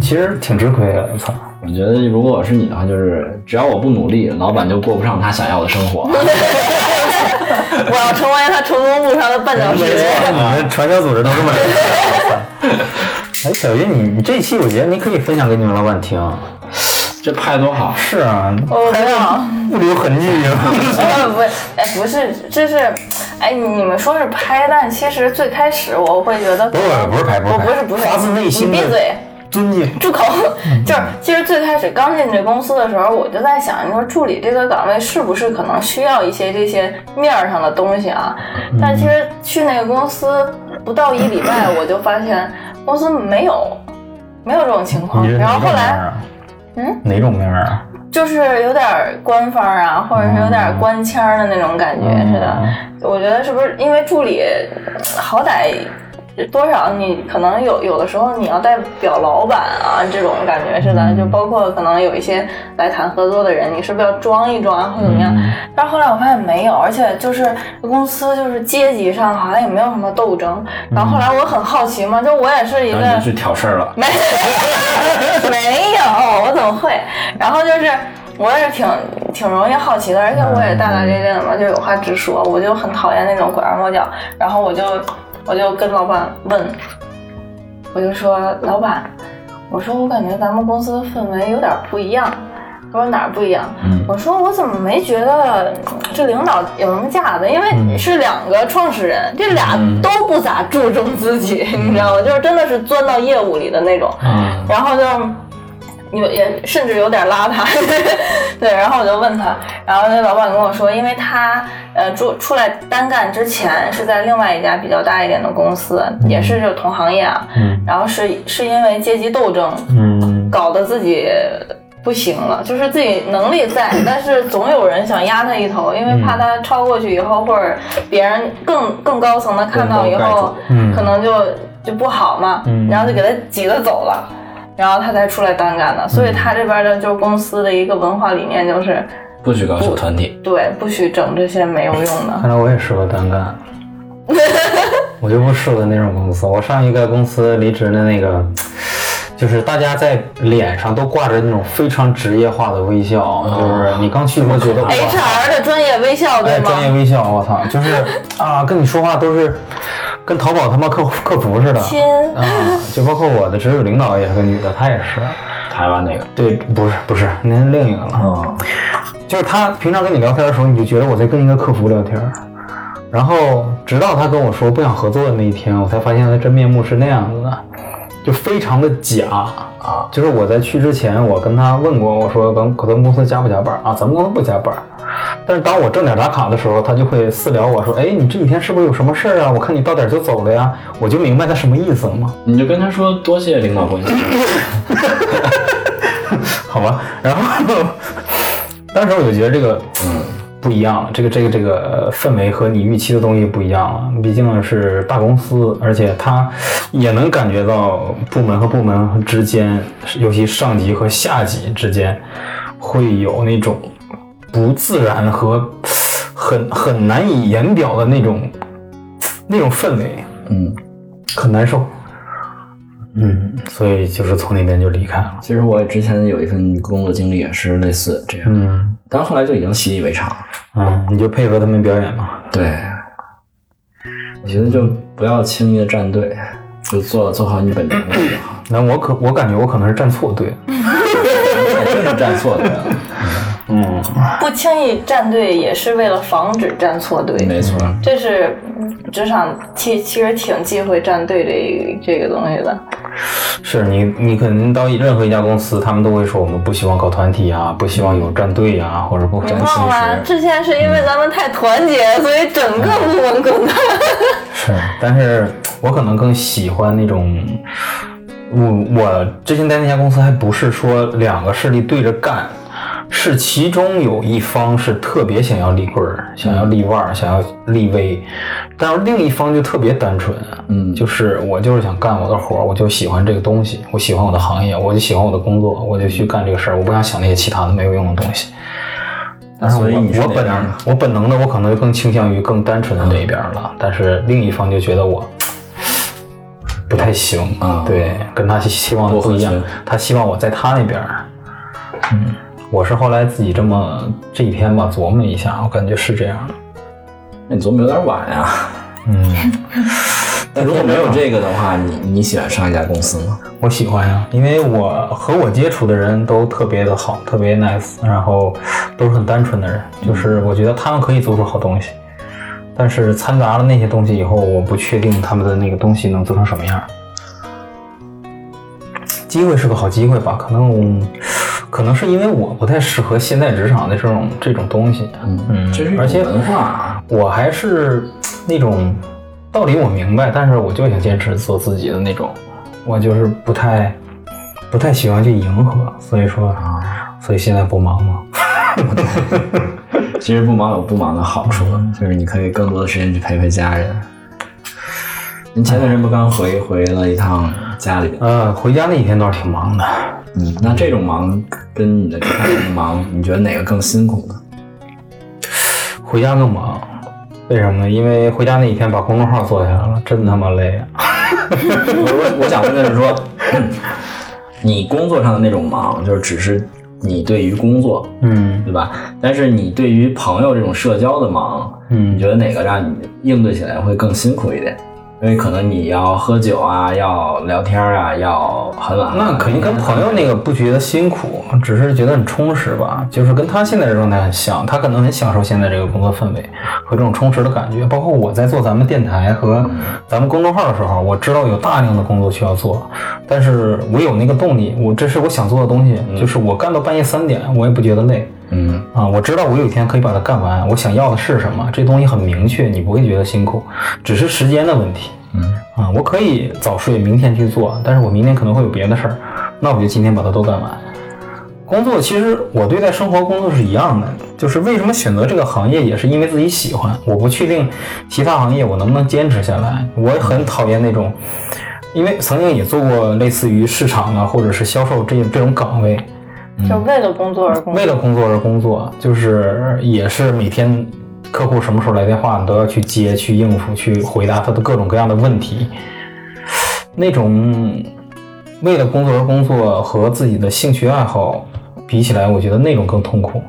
其实挺吃亏的， <laughs> 操。
我觉得如果我是你的话，就是只要我不努力，老板就过不上他想要的生 <laughs> 活。
我要成为他成功路上的绊脚石。
你们传销组织都这么聊。 <laughs> 哎，小云，你你这期我觉得你可以分享给你们老板听。
这派多好，
是啊，
我哦没有。
不留痕迹啊。 <laughs>
呃不，哎，不是，这是，哎，你们说是拍，但其实最开始我会觉得
不是不是排不是
我不
排
是不是，
发自内心
你
的嗯
闭嘴。
尊敬。
住口！就是，其实最开始刚进这公司的时候，我就在想，你说助理这个岗位是不是可能需要一些这些面儿上的东西啊？
嗯
但其实去那个公司不到一礼拜，我就发现公司没有没有这种情况
你是。
然
哪
后
种
后
面
来
儿啊？
嗯，
哪种面儿啊？
就是有点儿官方啊，或者是有点儿官腔儿的那种感觉
嗯
似的。我觉得是不是因为助理，好歹多少你可能有有的时候你要代表老板啊这种感觉似的，就包括可能有一些来谈合作的人，你是不是要装一装或怎么样？但是后来我发现没有，而且就是公司就是阶级上好像也没有什么斗争。然后后来我很好奇嘛，就我也是一个
然后啊你就去挑事儿了。
没没 <laughs> 有，我怎么会？然后就是。我也是挺挺容易好奇的，而且我也大大咧咧的嘛，就有话直说。我就很讨厌那种拐弯抹角，然后我就我就跟老板问，我就说老板，我说我感觉咱们公司氛围有点不一样。他说哪儿不一样？
嗯
我说我怎么没觉得嗯这领导有什么架子？因为是两个创始人，这俩都不咋注重自己，你知道吗？就是真的是钻到业务里的那种。
嗯，
然后就有也甚至有点邋遢， <laughs> 对，然后我就问他，然后那老板跟我说，因为他呃出出来单干之前是在另外一家比较大一点的公司，也是就同行业啊，
嗯
然后是是因为阶级斗争，
嗯
搞得自己不行了，就是自己能力在，但是总有人想压他一头，因为怕他超过去以后，或者别人更更高层的看到以
更高盖
后
住，
嗯
可能就就不好嘛，
嗯
然后就给他挤得走了，然后他才出来单干
嗯
的。所以他这边的就是公司的一个文化理念就是，
不许搞小团体。
对，不许整这些没有用的。
看来我也适合单
<laughs>
干。我就不适合那种公司。我上一个公司离职的那个，就是大家在脸上都挂着那种非常职业化的微笑，
哦
就是你刚去的时候觉得哇
HR 哎的专业微笑，对
哎，
吗？
专业微笑，我操，就是啊，跟你说话都是跟淘宝他妈客客服似的
亲，
啊，就包括我的直属领导也是个女的，她也是，
台湾那个，
对，不是不是，那是另一个了，
嗯，
就是她平常跟你聊天的时候，你就觉得我在跟一个客服聊天儿，然后直到她跟我说不想合作的那一天，我才发现她真面目是那样子的，就非常的假啊！就是我在去之前，我跟他问过，我说咱们咱们公司加不加班啊？咱们公司不加班。但是当我正点打卡的时候，他就会私聊我说：“哎，你这几天是不是有什么事儿啊？我看你到点就走了呀。”我就明白他什么意思了嘛，
你就跟他说多谢领导关心。
好吧。然后当时我就觉得这个嗯不一样了，这个这个这个氛围和你预期的东西不一样了。毕竟是大公司，而且他也能感觉到部门和部门之间，尤其上级和下级之间，会有那种不自然和很很难以言表的那种那种氛围，
嗯，
很难受。嗯，所以就是从那边就离开了。
其实我之前有一份工作经历也是类似这样，
嗯啊
但后来就已经习以为常了。
嗯，你就配合他们表演嘛。
对，我觉得就不要轻易的站队，就做做好你本职工作就 <clears throat> 好。
那我可我感觉我可能是站错队，
肯定是站错队了，
嗯，
不轻易站队也是为了防止站错队。
没错。
这是嗯职场其其实挺忌讳站队这这个东西的，
是你你可能到任何一家公司，他们都会说我们不希望搞团体啊，不希望有战队啊，或者不
你
不
忘了？
支持。
之前是因为咱们太团结，所以整个部门滚蛋。
是，但是我可能更喜欢那种。我我之前在那家公司还不是说两个势力对着干，是其中有一方是特别想要立棍儿，想要立腕儿，想要立威，但是另一方就特别单纯，啊
嗯
就是我就是想干我的活儿，我就喜欢这个东西，我喜欢我的行业，我就喜欢我的工作，我就去干这个事儿，我不想想那些其他的没有用的东西。但是我
所以你是
我
哪
本
样
能
的
我本能的我可能就更倾向于更单纯的那一边儿了，但是另一方就觉得我不太行
啊
对，跟他希望的不一样
不合群，
他希望我在他那边儿。嗯，我是后来自己这么这一天吧琢磨一下，我感觉是这样的。
那你琢磨有点晚呀。 <laughs>
嗯，
那如果没有这个的话，你你喜欢上一家公司吗？
我喜欢呀，因为我和我接触的人都特别的好，特别 nice，然后都是很单纯的人，就是我觉得他们可以做出好东西，但是掺杂了那些东西以后，我不确定他们的那个东西能做成什么样儿。机会是个好机会吧，可能我可能是因为我不太适合现在职场的这种这种东西，嗯
这是一
而且
种文化啊。
我还是嗯那种道理我明白，但是我就想坚持做自己的那种，我就是不太不太喜欢去迎合，所以说，
啊
所以现在不忙嘛。
<laughs> 其实不忙有不忙的好处，就是你可以更多的时间去陪陪家人。您前段时间不刚回回了一趟家里边？
呃，回家那几天倒是挺忙的，
嗯，那这种忙跟你的职场中忙，你觉得哪个更辛苦呢？ <laughs>
回家更忙。为什么呢？因为回家那几天把公众号做下来了，真他妈累啊！
我我我想问的是说，嗯你工作上的那种忙，就是只是你对于工作，
嗯
对吧？但是你对于朋友这种社交的忙，你
嗯
觉得哪个让你应对起来会更辛苦一点？因为可能你要喝酒啊，要聊天啊，要很晚。
那肯定跟朋友那个不觉得辛苦，只是觉得很充实吧。就是跟他现在的状态很像，他可能很享受现在这个工作氛围和这种充实的感觉。包括我在做咱们电台和咱们公众号的时候，我知道有大量的工作需要做，但是我有那个动力，我这是我想做的东西，就是我干到半夜三点，我也不觉得累。
嗯，
啊，我知道我有一天可以把它干完，我想要的是什么，这东西很明确，你不会觉得辛苦，只是时间的问题。嗯，啊，我可以早睡，明天去做，但是我明天可能会有别的事儿，那我就今天把它都干完。工作其实我对待生活工作是一样的，就是为什么选择这个行业也是因为自己喜欢。我不确定其他行业我能不能坚持下来，我也很讨厌那种，因为曾经也做过类似于市场啊或者是销售这这种岗位，
<laughs> 就为了工作而工作
为。了工作而工作，就是也是每天客户什么时候来电话，你都要去接、去应付、去回答他的各种各样的问题。那种为了工作而工作和自己的兴趣爱好比起来，我觉得那种更痛苦。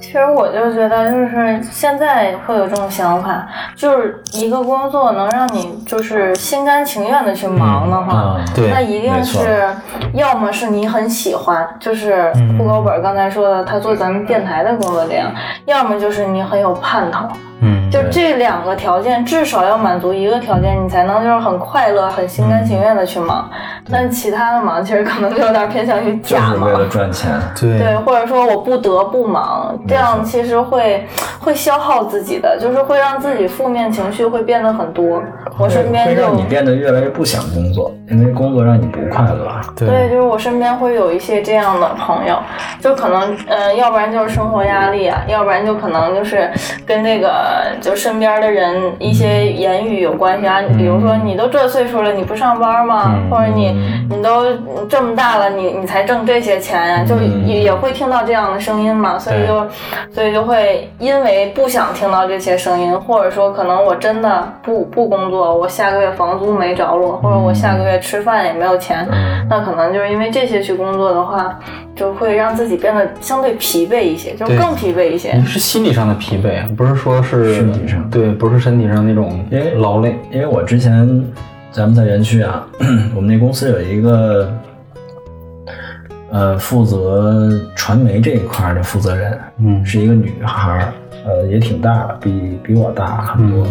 其实我就觉得，就是现在会有这种想法，就是一个工作能让你就是心甘情愿的去忙的话，
啊，
嗯对
那一定
没错
是，要么是你很喜欢，就是
嗯
户口本刚才说的，他做咱们电台的工作这样；要么就是你很有盼头，
嗯，
就这两个条件至少要满足一个条件，你才能就是很快乐、很心甘情愿的去忙。但其他的忙其实可能就有点偏向于
就
假
是
忙
为。了赚钱。
对
对，或者说我不得不忙，这样其实会会消耗自己的，就是会让自己负面情绪会变得很多。我身边
会
就
让你变得越来越不想工作，因为工作让你不快乐。
对，就是我身边会有一些这样的朋友，就可能，呃，要不然就是生活压力啊，要不然就可能就是跟那个就身边的人一些言语有关系啊。比如说，你都这岁数了，你不上班吗？
嗯
或者你你都这么大了，你你才挣这些钱呀、就也也会听到这样的声音嘛。所以就所以就会因为不想听到这些声音，或者说可能我真的不不工作，我下个月房租没着落，或者我下个月吃饭也没有钱。那可能就是因为这些去工作的话，就会让自己变得相对疲惫一些，就
对
更疲惫一些
嗯
你。是心理上的疲惫，不是说是哎
是身体上。
对，不是身体上那种
因为
劳累。
因为我之前咱们在园区啊， <clears throat> 我们那公司有一个呃负责传媒这一块儿的负责人，
嗯
是一个女孩儿，呃，也挺大的，比比我大很多。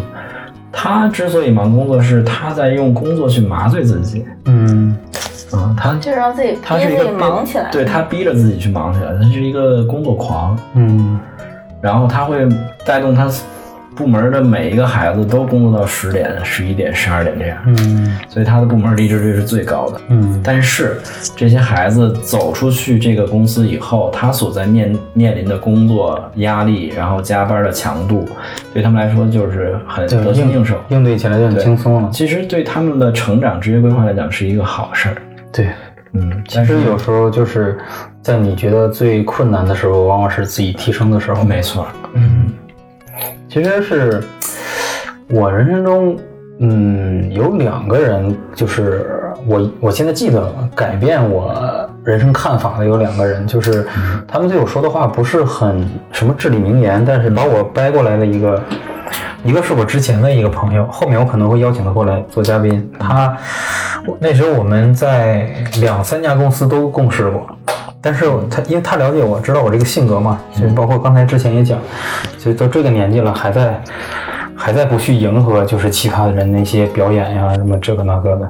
她之所以忙工作，是她在用工作去麻醉自己
嗯
啊、她
就是让自己
她
逼
是一
自
个
己
逼
忙起来。
对她逼着自己去忙起来，她是一个工作狂。
嗯
然后他会带动他部门的每一个孩子都工作到十点、十一点、十二点这样，
嗯
所以他的部门离职率是最高的。
嗯
但是这些孩子走出去这个公司以后，他所在面面临的工作压力，然后加班的强度，对他们来说就是很
对
得心应手。
应对起来就很
对
轻松了。
其实对他们的成长、职业规划来讲是一个好事儿。
对，
嗯，
其实有时候就是在你觉得最困难的时候，往往是自己提升的时候。
没错，
其实是我人生中，嗯，有两个人，就是我我现在记得了，改变我人生看法的有两个人，就是他们对我说的话不是很什么至理名言，但是把我掰过来的一个，一个是我之前的一个朋友，后面我可能会邀请他过来做嘉宾，他我那时候我们在两三家公司都共事过，但是我他因为他了解我，知道我这个性格嘛，就是包括刚才之前也讲，就到这个年纪了，还在还在不去迎合，就是其他的人那些表演呀、什么这个那个的。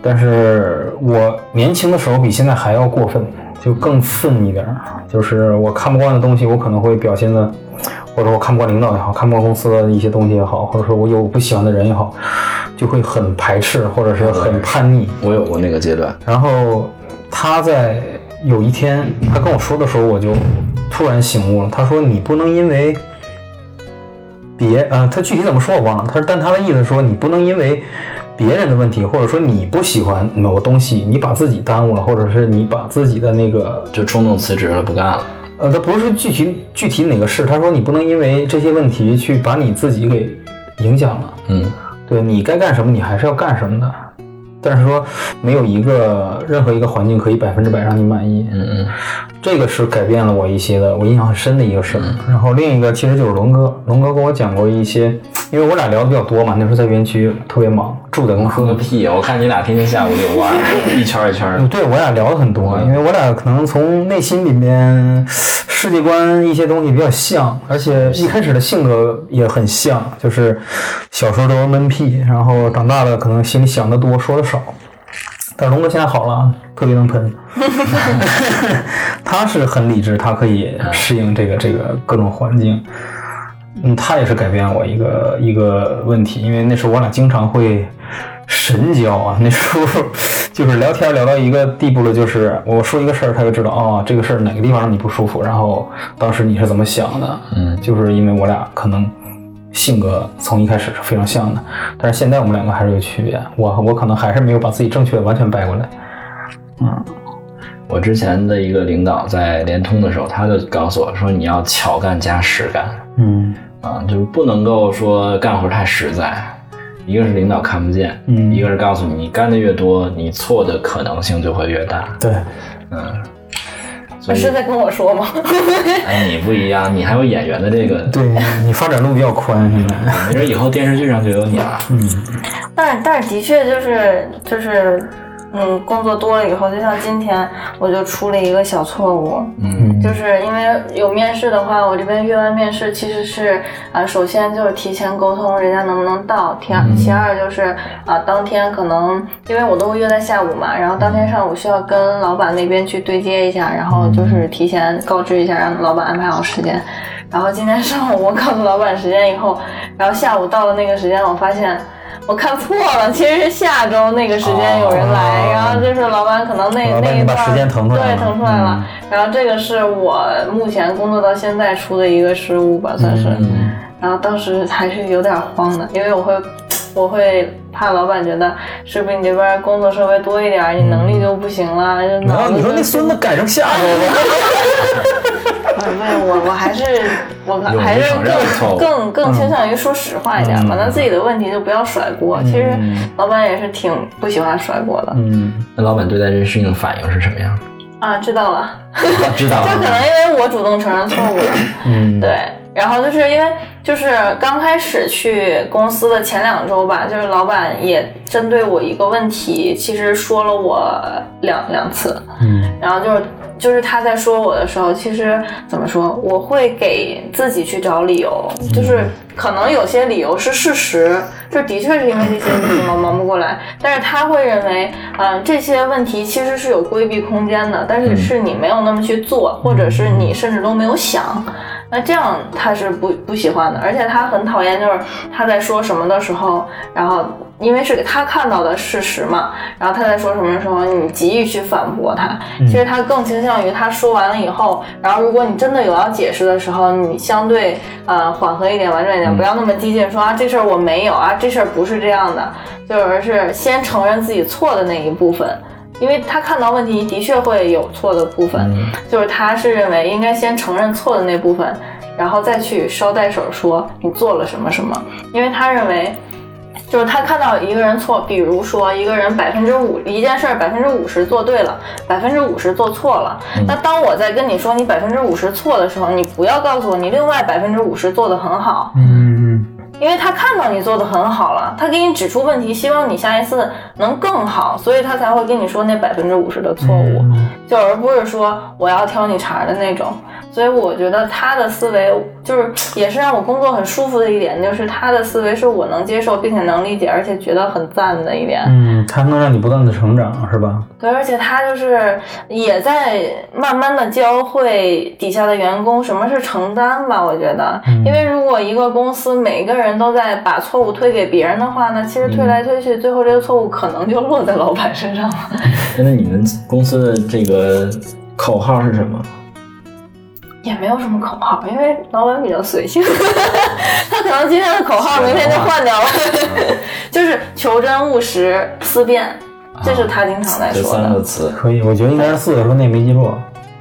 但是我年轻的时候比现在还要过分，就更愤一点儿，就是我看不惯的东西，我可能会表现的，或者我看不惯领导也好，看不惯公司的一些东西也好，或者说我有不喜欢的人也好，就会很排斥，或者是很叛逆。
我有过那个阶段。
然后他在有一天他跟我说的时候，我就突然醒悟了。他说：“你不能因为别……呃，他具体怎么说我忘了。他说，但他的意思说，你不能因为别人的问题，或者说你不喜欢某个东西，你把自己耽误了，或者是你把自己的那个……
就冲动辞职了，不干了。
呃，他不是具体具体哪个事，他说你不能因为这些问题去把你自己给影响了。”
嗯，
对你该干什么，你还是要干什么的。但是说没有一个任何一个环境可以百分之百让你满意，
嗯嗯，
这个是改变了我一些的，我印象很深的一个事儿。然后另一个其实就是龙哥，龙哥跟我讲过一些，因为我俩聊的比较多嘛，那时候在园区特别忙，住在公司
喝，个屁！我看你俩天天下午遛弯儿， <laughs> 一圈儿一圈儿的。
对我俩聊了很多，因为我俩可能从内心里面世界观一些东西比较像，而且一开始的性格也很像，就是小时候都是闷屁，然后长大了可能心里想的多，说的少。但是龙哥现在好了，啊特别能喷，他是很理智，他可以适应这个这个各种环境。嗯，他也是改变我一个一个问题，因为那时候我俩经常会神交啊，那时候就是聊天聊到一个地步了，就是我说一个事儿，他就知道哦，这个事儿哪个地方让你不舒服，然后当时你是怎么想的，
嗯，
就是因为我俩可能性格从一开始是非常像的，但是现在我们两个还是有区别，我我可能还是没有把自己正确的完全掰过来，
我之前的一个领导在联通的时候，他就告诉我说，你要巧干加实干
嗯
啊，就是不能够说干活太实在。一个是领导看不见，
嗯
一个是告诉你，你干的越多，你错的可能性就会越
<laughs>
大。
对，
嗯，所以
是在跟我说吗？ <laughs>
哎，你不一样，你还有演员的这个，
对你发展路比较宽，现在，
没准以后电视剧上就有你
嗯
了。
但是但是的确就是就是，嗯，工作多了以后，就像今天我就出了一个小错误，
嗯
就是因为有面试的话，我这边约完面试其实是啊、呃首先就是提前沟通人家能不能到，第
嗯
二其二就是啊、当天可能因为我都会约在下午嘛，然后当天上午需要跟老板那边去对接一下，然后就是提前告知一下，让老板安排好时间。然后今天上午我告诉老板时间以后，然后下午到了那个时间，我发现。我看错了，其实是下周那个时间有人来，
哦
然后就是老板可能那
老板
那
已
一
经哦把
段
时间腾出来
对
了
腾出来了
嗯，
然后这个是我目前工作到现在出的一个失误吧，算是。
嗯
然后当时还是有点慌的，因为我会，我会怕老板觉得是不是你这边工作稍微多一点，你能力就不行了，就
然
脑
后
子
嗯你说
就
那孙子改成下周
<laughs>
了，
不是我我还是我
勇于
还是
承认错误
更更更
嗯
倾向于说实话一点吧，那自己的问题就不要甩锅。其实老板也是挺不喜欢甩锅的
嗯，
那老板对待这事情的反应是什么样？
啊，知道了。
知道
就可能因为我主动承认错误了，
嗯
对。然后就是因为就是刚开始去公司的前两周吧，就是老板也针对我一个问题，其实说了我两两次，
嗯
然后就是就是他在说我的时候，其实怎么说，我会给自己去找理由，就是可能有些理由是事实，就的确是因为这些事情我忙不过来，但是他会认为，嗯、这些问题其实是有规避空间的，但是是你没有那么去做，或者是你甚至都没有想。那这样他是不不喜欢的，而且他很讨厌，就是他在说什么的时候，然后因为是他看到的事实嘛，然后他在说什么的时候，你急于去反驳他，其实他更倾向于他说完了以后，然后如果你真的有要解释的时候，你相对呃缓和一点、婉转一点，不要那么激进，说啊这事儿我没有啊，这事儿不是这样的，就而是先承认自己错的那一部分。因为他看到问题的确会有错的部分，就是他是认为应该先承认错的那部分，然后再去捎带手说你做了什么什么，因为他认为。就是他看到一个人错，比如说一个人百分之五一件事儿百分之五十做对了，百分之五十做错了。那当我在跟你说你百分之五十错的时候，你不要告诉我你另外百分之五十做得很好，
嗯
因为他看到你做的很好了，他给你指出问题，希望你下一次能更好，所以他才会跟你说那百分之五十的错
嗯
误，就而不是说我要挑你茬的那种。所以我觉得他的思维就是也是让我工作很舒服的一点，就是他的思维是我能接受并且能理解，而且觉得很赞的一点。
嗯，它能让你不断的成长，是吧？
对，而且他就是也在慢慢的教会底下的员工什么是承担吧，我觉得，
嗯
因为如果一个公司每个人都在把错误推给别人的话呢，其实推来推去，最后这个错误可能就落在老板身上了。
那你们公司的这个口号是什么？
也没有什么口号，因为老板比较随性， <laughs> 他可能今天的口号明天就换掉了， <laughs> 就是求真务实思变，这是他经常在
啊这
说
三
的。
个
<laughs>
词，
可以，我觉得应该是四个说那没记住，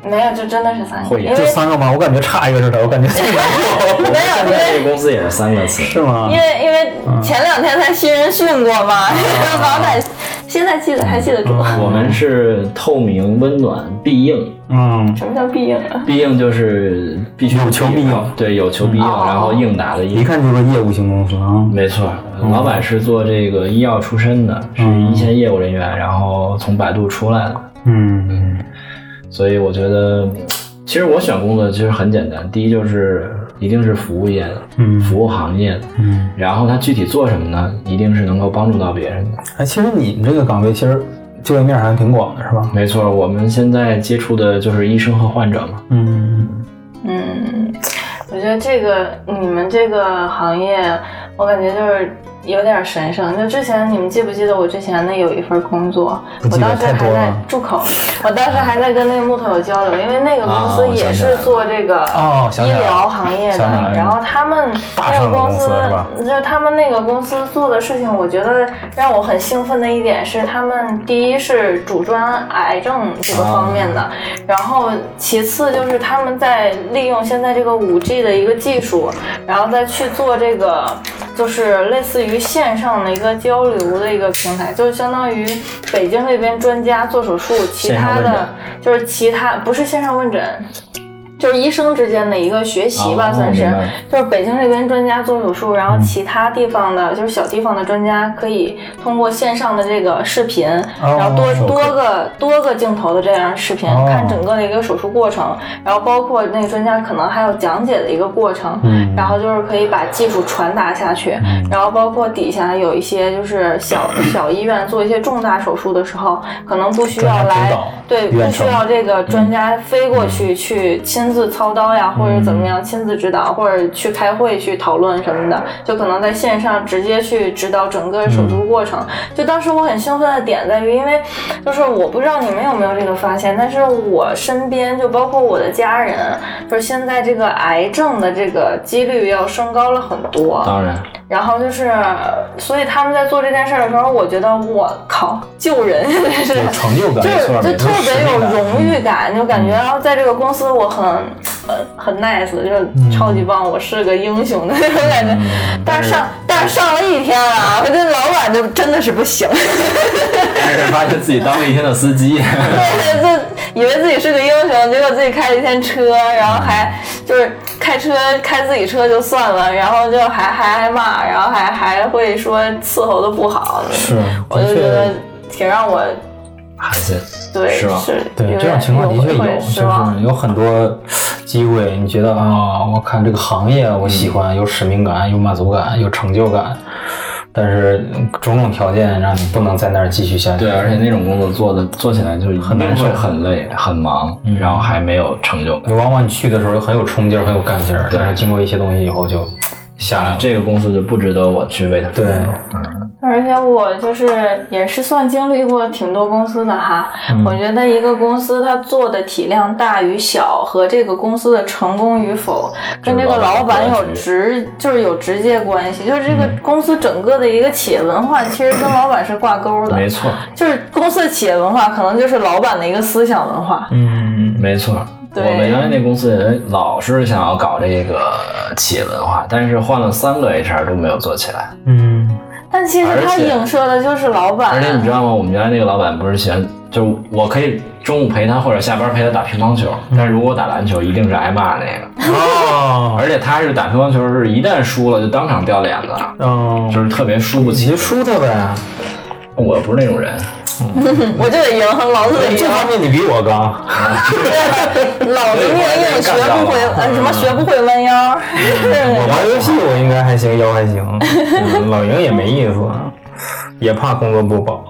没有，这真的是三个，
会
因
员
为
就三个吧，我感觉差一个似的，我感觉最难过，
没
现
有，因为
在这个公司也是三个词。
是吗
因？为因为前两天才新人训过
啊
嘛， <laughs> 老板现在记得还记得住。
我们是透明、温暖、必应。
嗯，
什么叫必应啊？
必应就是必须
有求必应
对，有求必应，
嗯
然后应答的应
一。看就是业务型公司啊。
没错，老板是做这个医药出身的，是一线业务人员，然后从百度出来的，
嗯
所以我觉得，其实我选工作其实很简单，第一就是一定是服务业的，
嗯
服务行业的，
嗯，
然后他具体做什么呢？一定是能够帮助到别人的。
哎，其实你们这个岗位其实就业面还挺广的，是吧？
没错，我们现在接触的就是医生和患者嘛。
嗯
嗯，我觉得这个你们这个行业，我感觉就是有点神圣。就之前你们记不记得我之前那有一份工作，
不
我
记得
当时
太多
还在
了
住口，我当时还在跟那个木头有交流，因为那个公
啊
司
我
也
想起来
是
了
做这个
哦想
医
起来了
疗行业的
想起来，了
然后他们
大
那
上
个
的
公
公
司
司是吧
就是他们那个公司做的事情，我觉得让我很兴奋的一点是，他们第一是主抓癌症这个方面的，然后其次就是他们在利用现在这个五 G 的一个技术，然后再去做这个就是类似于线上的一个交流的一个平台，就是相当于北京这边专家做手术，其
线上
他
问诊
的就是其他不是线上问诊。就是医生之间的一个学习吧，
哦
算是
明白，
就是北京这边专家做手术，
嗯
然后其他地方的，就是小地方的专家可以通过线上的这个视频，然后多
手术
多个多个镜头的这样视频，
哦
看整个的一个手术过程，然后包括那个专家可能还有讲解的一个过程，
嗯
然后就是可以把技术传达下去，然后包括底下有一些就是小小医院做一些重大手术的时候，可能不需要
专家指
来
导
对不
远
需
程嗯
要这个专家飞过去去亲自操刀呀，或者怎
嗯
么样亲自指导，或者去开会去讨论什么的，就可能在线上直接去指导整个
嗯
手术过程。就当时我很兴奋的点在于，因为就是我不知道你们有没有这个发现，但是我身边就包括我的家人，就是现在这个癌症的这个几率要升高了很多。
啊
当然，
然后就是，所以他们在做这件事儿的时候，我觉得我靠，救人 <laughs> 是
有成就感，
就
没错，
就
没错
特别有荣。
实力感嗯
誉感，就感觉然后在这个公司我很很很 nice，就是
嗯
超级棒，我是个英雄的那种感觉。但是上但是上了一天
<laughs>
啊，我这老板就真的是不行， <laughs>
但是 <laughs> 发现自己当了一天的司
<laughs>
机。
嗯
对，就以为自己是个英雄，结果自己开了一天车，然后还就是。开车开自己车就算了，然后就还还挨骂，然后还还会说伺候的不好，
是
我就觉得挺让我
孩子
对
失望
是
对
有
这种
点
情况的确
有
有，
会
就
失望
是有很多机会，你觉得啊，我看这个行业我喜欢，有使命感，有满足感，有成就感，但是种种条件让你不能在那儿继续下去。
对，而且那种工作做的做起来就很
难受
很累、很忙，然后还没有成就感。
你往往你去的时候很有冲劲儿，很有干劲儿，
对
但是经过一些东西以后就下来了。
这个公司就不值得我去为它奋
对
斗。
而且我就是也是算经历过挺多公司的哈，
嗯
我觉得一个公司它做的体量大与小和这个公司的成功与否，
嗯
跟这个老板有直就是有直接关系，就是这个
嗯
公司整个的一个企业文化其实跟老板是挂钩的
没，错，
就是公司的企业文化可能就是老板的一个思想文化，
嗯，
没错。我
对
们原来那公司人老是想要搞这个企业文化，但是换了三个 HR 都没有做起来。
<laughs> 嗯，
但其实它
而且
影射的就是老
而且你
板。
知道吗？我们原来那个老板不是喜欢，就是我可以中午陪他或者下班陪他打乒乓球，但是如果我打篮球，一定是挨骂那个。
哦，
而且他是打乒乓球是一旦输了就当场掉脸子，
嗯，
就是特别输不
你
起
<laughs> 就。输他呗，
我不是那种人，
我就得赢，老子得赢
这。方面你比我刚。
对，老子命硬，学不回，
嗯
呃，什么学不会弯腰。 <laughs>
我玩游戏我应该还行，腰还行，嗯老赢也没意思，也怕工作不保。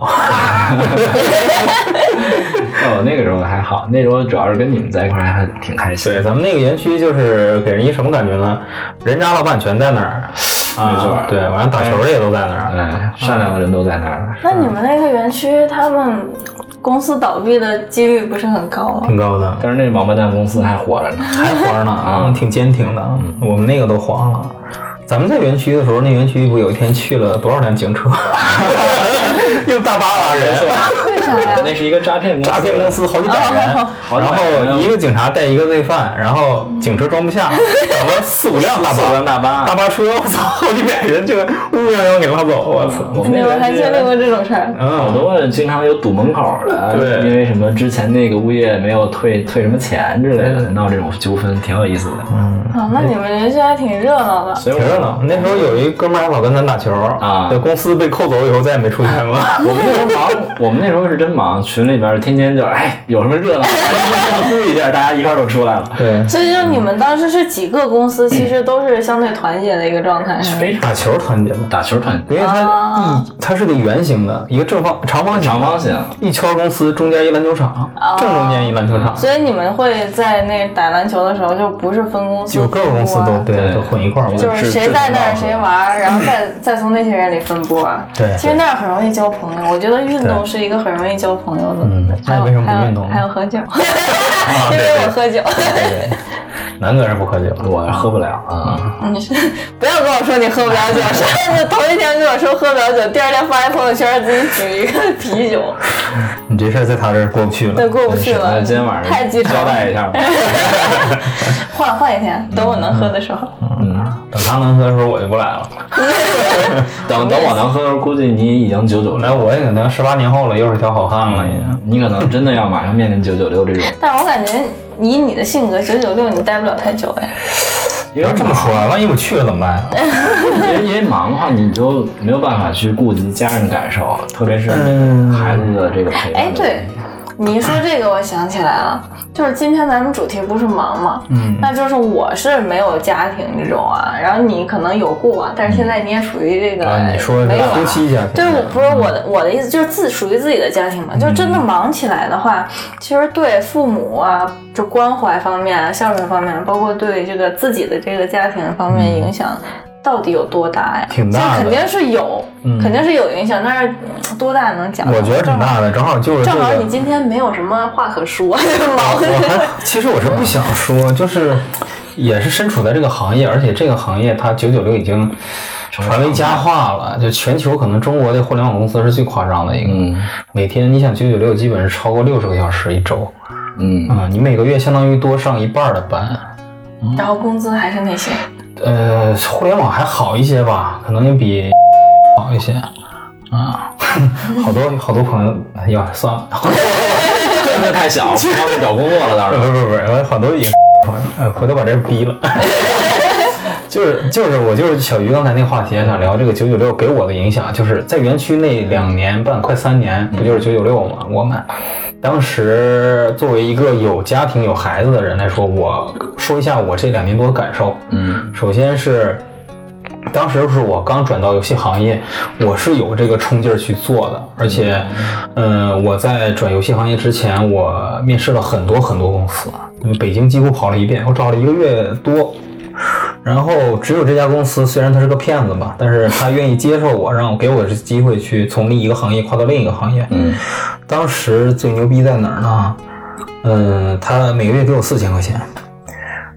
但哦我那个时候还好，那时候主要是跟你们在一块儿还挺开心
对，。咱们那个园区就是给人一什么感觉呢？人渣老板全在那儿，
没错
啊，对，完了打球的也都在那儿，
哎，善良的人都在那儿。
那你们那个园区，他们公司倒闭的几率不是很高吗？
挺高的，
但是那王八蛋公司还活
<laughs>
着呢。
还黄呢啊，挺坚挺的。我们那个都黄了。咱们在园区的时候，那园区不有一天去了多少辆警车， <laughs> 又大巴拉人，
<laughs> 为啥呀？
那是一个诈骗公司，
诈骗公司好几百人，
哦
然后一个警察带一个罪犯，然后警车装不 <laughs> 下，找了四五辆大
四
巴
辆，大巴
大。巴车，我操，好几百人，这个乌泱泱给拉走，我操，
我们
<laughs> 你
那
们还
边
经历过这种事儿？
好
嗯，
多经常有堵门口的，
对
因为什么之前那个物业没有退退什么钱之类的，闹这种纠纷挺有意思的。
啊，那你们园区还挺热闹的。
所以
嗯挺热闹。那时候有一哥们儿还老跟咱打球
啊
对，公司被扣走以后再也没出现过。
我们那时候
<laughs>
忙，我们那时候是真忙，群里边天天就是哎有什么热闹， <laughs> 呼一下，大家一块儿都出来了。
对，
所以就你们当时是几个公司，其实都是相对团结的一个状态，是吗？
非常
打球团结嘛，
打球团
因为它
啊
一它是个圆形的，一个正方长方形，
长方形，
一圈公司中间一篮球场，
哦
正中间一篮球场，
所以你们会在那打篮球的时候，就不是分公司，
有各个公司都嗯对都混一块儿玩。
就是谁在那儿谁玩儿，然后再再从那些人里分拨。
嗯对
其实那儿很容易交朋友。我觉得运动
对
是一个很容易交朋友的。
嗯
还有
那为什么不运动呢啊
还有还有喝酒， <laughs> 因为我喝酒。
对，南哥是不喝酒，
我喝不了啊，
<laughs> 你是不要跟我说你喝不了酒，上次头一天跟我说喝不了酒，第二天发一朋友圈自己举一个啤酒，
你这事儿在他这儿过不去了。
对，过不去
那
了。
今天晚
太
上
鸡肠
交
了。
代一
<laughs>
下吧。
换换一天，等我能喝的时候。
嗯，等他能喝的时候我就不来了。
等等我能喝的时候，估计你已经九九
来，
六，
我也可能十八年后了，又是条好汉了，已经。
你可能真的要马上面临九九六这种。
但是我感觉以你的性格，九九六你待不了太久哎。
不要这么说啊，万一我去了怎么办啊？
因为因为忙的话，你就没有办法去顾及家人感受，特别是
嗯
孩子的这个陪伴。
哎，对，，你一说这个，我想起来了，就是今天咱们主题不是忙吗？嗯，那就是我是没有家庭这种啊，然后你可能有过啊，但是现在你也属于这个、
啊，你说
没
这
有啊
夫妻家庭，
对，我不是我的我的意思就是自属于自己的家庭嘛，就是
嗯
真的忙起来的话，其实对父母啊，就关怀方面啊、孝顺方面，包括对这个自己的这个家庭方面影响。到底有多大呀？
嗯挺大的嗯
这肯定是有，肯定是有影响，但是嗯多大能讲？
我觉得挺大的，正好就是这
正
个。哦
好你今天没有什么话可说， <laughs> 忙。
我
<laughs>
还其实我是不想说，就是也是身处在这个行业，而且这个行业它九九六已经传为佳话了，就全球可能中国的互联网公司是最夸张的一个，
嗯
每天你想九九六基本是超过六十个小时一周，
嗯，
啊、你每个月相当于多上一半儿的班。
然后工资还是那些， <laughs>
呃，互联网还好一些吧，可能也比 <laughs> 好一些啊。 <laughs> 好多好多朋友，哎呀，算了，
<laughs>
真的太小，不方便找工作了，当
<laughs> 不
时。
不不，我好多影 <laughs> 呃，回头把这儿逼了。 <laughs> 就是就是我就是小鱼刚才那话题，想聊这个九九六给我的影响，就是在园区那两年半快三年，不就是九九六吗？我们当时作为一个有家庭有孩子的人来说，我说一下我这两年多的感受。
嗯
首先是当时是我刚转到游戏行业，我是有这个冲劲儿去做的，而且，嗯、我在转游戏行业之前，我面试了很多很多公司，北京几乎跑了一遍，我找了一个月多。然后只有这家公司，虽然他是个骗子吧，但是他愿意接受我，让我给我这机会去从另一个行业跨到另一个行业。
嗯
当时最牛逼在哪儿呢？嗯，他每个月给我四千块钱，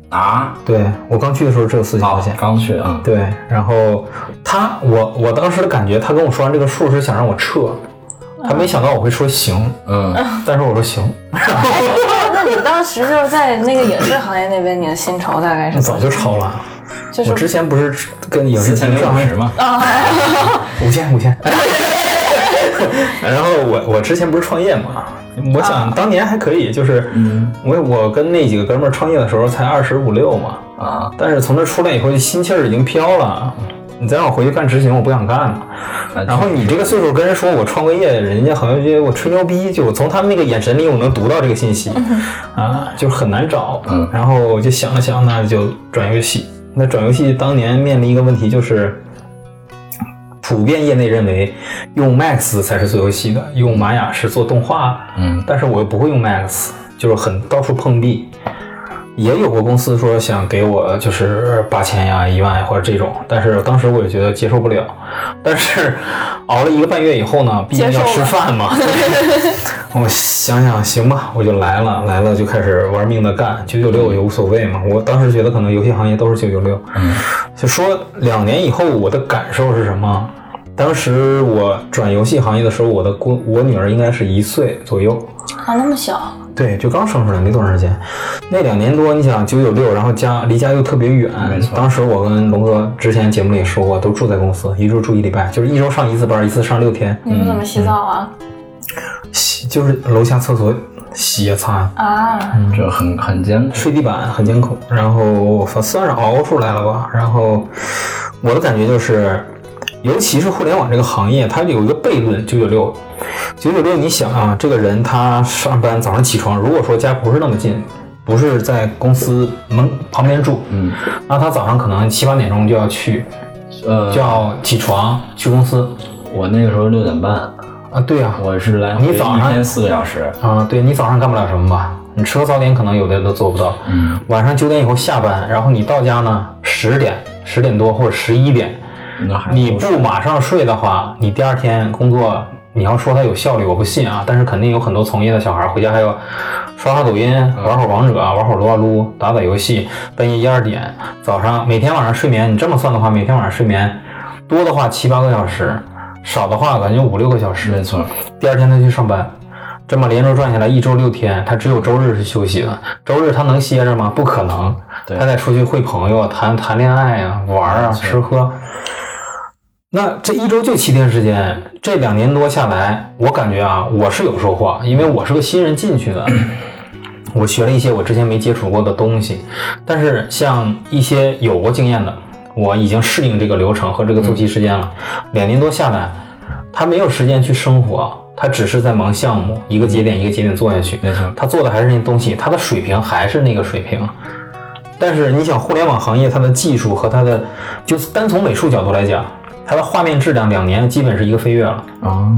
啊，
对我刚去的时候只有四千块钱。
刚去啊，
对，然后他，我我当时的感觉，他跟我说完这个数是想让我撤，他没想到我会说行，
嗯
但是我说行，
那你当时就是在那个影视行业那边，你的薪酬大概是多
早
少？
就超了。
就
我
是
之前不是跟影视
四千
厅
零
上
五
班
十嘛，
嗯
五千五千。然后我我之前不是创业嘛，我
啊
想当年还可以，就是
嗯
我我跟那几个哥们儿创业的时候才二十五六嘛，
啊，
但是从这出来以后，心气儿已经飘了。你再让我回去干执行，我不想干了。然后你这个岁数跟人说我创个业，人家好像觉得我吹牛逼，就我从他们那个眼神里我能读到这个信息，啊，就是很难找。
嗯
然后我就想了想，那就转游戏。那转游戏当年面临一个问题就是，普遍业内认为用 Max 才是做游戏的，用玛雅是做动画，
嗯
但是我又不会用 Max，就是很到处碰壁。也有过公司说想给我就是八千呀、一万呀或者这种，但是当时我也觉得接受不了。但是熬了一个半月以后呢，毕竟
接受
要
了
吃饭嘛， <laughs> 我想想行吧，我就来了，来了就开始玩命的干，九九
嗯
六也无所谓嘛。我当时觉得可能游戏行业都是九九六，就说两年以后我的感受是什么？当时我转游戏行业的时候，我的姑我女儿应该是一岁左右，
啊那么小，
对，就刚生出来没多长时间，那两年多，你想九九六，然后家离家又特别远，
没错
当时我跟龙哥之前节目里也说过，都住在公司，一住住一礼拜，就是一周上一次班，一次上六天，
你们怎么洗澡啊？
洗就是楼下厕所洗呀擦呀，
啊，
这很很艰苦，
睡地板很艰苦，然后算算是熬出来了吧。然后我的感觉就是，尤其是互联网这个行业，它有一个悖论，九九六，九九六，你想啊，这个人他上班早上起床，如果说家不是那么近，不是在公司门旁边住，
嗯，
那他早上可能七八点钟就要去，
呃
就，要起床去公司
我那个时候六点半，
啊，对啊，
我是来回
你早上
一天四个小时，
啊，对你早上干不了什么吧？你吃个早点可能有的都做不到。
嗯，
晚上九点以后下班，然后你到家呢十点、十点多或者十一点，
那还
你不马上睡的话，你第二天工作，你要说它有效率，我不信啊。但是肯定有很多从业的小孩回家还要刷刷抖音、玩会儿王者、玩会儿撸啊撸、打打游戏，半夜一二点，早上每天晚上睡眠，你这么算的话，每天晚上睡眠多的话七八个小时，少的话感觉五六个小时。
没错，
第二天他去上班，这么连轴转下来一周六天，他只有周日是休息的。周日他能歇着吗？不可能，
对
他得出去会朋友、啊谈谈恋爱啊、玩啊、吃喝。那这一周就七天时间，这两年多下来，我感觉啊，我是有收获，因为我是个新人进去的， <clears throat> 我学了一些我之前没接触过的东西。但是像一些有过经验的，我已经适应这个流程和这个作息时间了。两年多下来，他没有时间去生活，他只是在忙项目，一个节点一个节点做下去。
没错，
他做的还是那东西，他的水平还是那个水平。但是你想，互联网行业它的技术和它的，就是单从美术角度来讲，它的画面质量两年基本是一个飞跃了。
啊，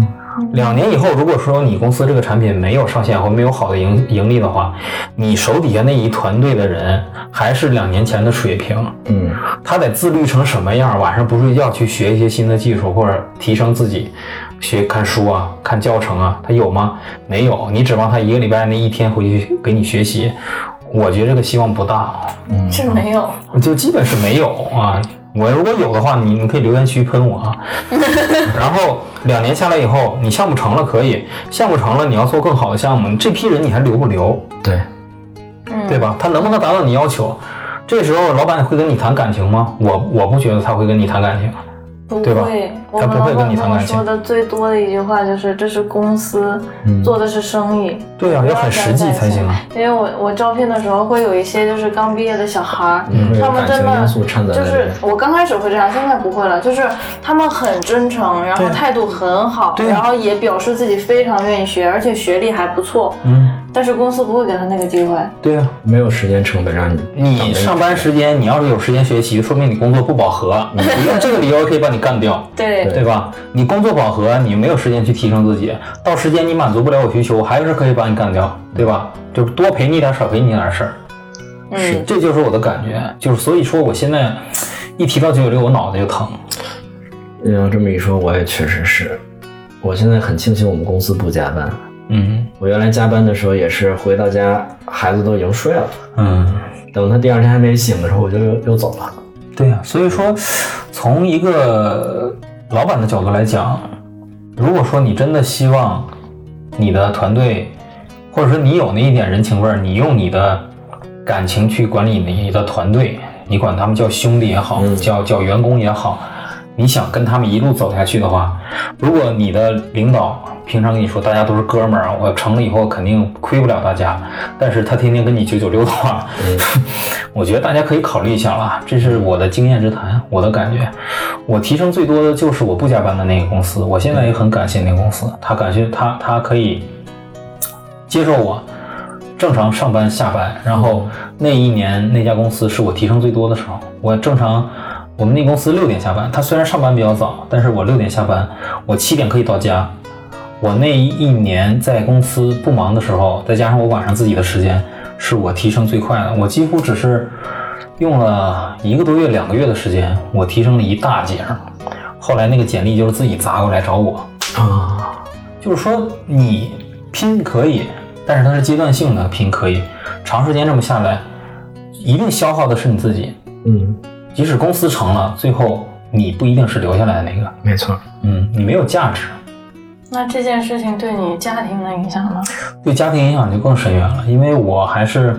两年以后，如果说你公司这个产品没有上线或没有好的盈盈利的话，你手底下那一团队的人还是两年前的水平，
嗯，
他得自律成什么样？晚上不睡觉去学一些新的技术，或者提升自己，学看书啊、看教程啊，他有吗？没有。你指望他一个礼拜那一天回去给你学习，我觉得这个希望不大，
是没有。
就基本是没有啊。我如果有的话，你你可以留言区喷我啊。然后两年下来以后，你项目成了可以，项目成了你要做更好的项目，你这批人你还留不留？
对，
嗯，
对吧？他能不能达到你要求？这时候老板会跟你谈感情吗？我我不觉得他会跟你谈感情，
不
对吧
会，我
他
可
不
能
会跟你
会
谈
跟我
感情
说的最多的一句话就是：“这是公司、
嗯
做的是生意。”
对啊，要很实际才行啊。
因为我我招聘的时候会有一些就是刚毕业的小孩儿，
会有
他
感
们真
情因
的
素
嗯
掺杂在
就
里
是
面
我刚开始会这样，现在不会了。就是他们很真诚，然后
对
态度很好，
对
然后也表示自己非常愿意学，而且学历还不错。
嗯，
但是公司不会给他那个机会。
对啊，
没有时间成本让你
嗯
你上班时间你要是有时间学习，说明你工作不饱 <laughs> 和，你不用这个理由可以把你干掉。
对
<laughs> 对吧？你工作饱和，你没有时间去提升自己，到时间你满足不了我需求，我还是可以把你干掉，对吧？就是多陪你点，少陪你点事儿，
嗯，
这就是我的感觉。就是所以说，我现在一提到九九六，我脑袋就疼。
你要这么一说，我也确实是。我现在很庆幸我们公司不加班。
嗯
我原来加班的时候也是回到家，孩子都已经睡了，
嗯，
等他第二天还没醒的时候，我就又又走了。
对呀、所以说，从一个老板的角度来讲，如果说你真的希望你的团队，或者说你有那一点人情味儿，你用你的感情去管理你的团队，你管他们叫兄弟也好，
嗯
叫叫员工也好，你想跟他们一路走下去的话，如果你的领导平常跟你说大家都是哥们儿，啊我成了以后肯定亏不了大家，但是他天天跟你九九六的话， <laughs> 我觉得大家可以考虑一下啦。这是我的经验之谈，我的感觉。我提升最多的就是我不加班的那个公司，我现在也很感谢那个公司，他感谢他他可以接受我。正常上班下班，然后那一年那家公司是我提升最多的时候。我正常，我们那公司六点下班，他虽然上班比较早，但是我六点下班，我七点可以到家。我那一年在公司不忙的时候，再加上我晚上自己的时间，是我提升最快的。我几乎只是用了一个多月、两个月的时间，我提升了一大截儿。后来那个简历就是自己砸过来找我，
啊，
就是说你拼可以，但是它是阶段性的拼可以，长时间这么下来，一定消耗的是你自己。
嗯，
即使公司成了，最后你不一定是留下来的那个，
没错，
嗯，你没有价值，
那这件事情对你家庭的影响呢？
对家庭影响就更深远了。因为我还是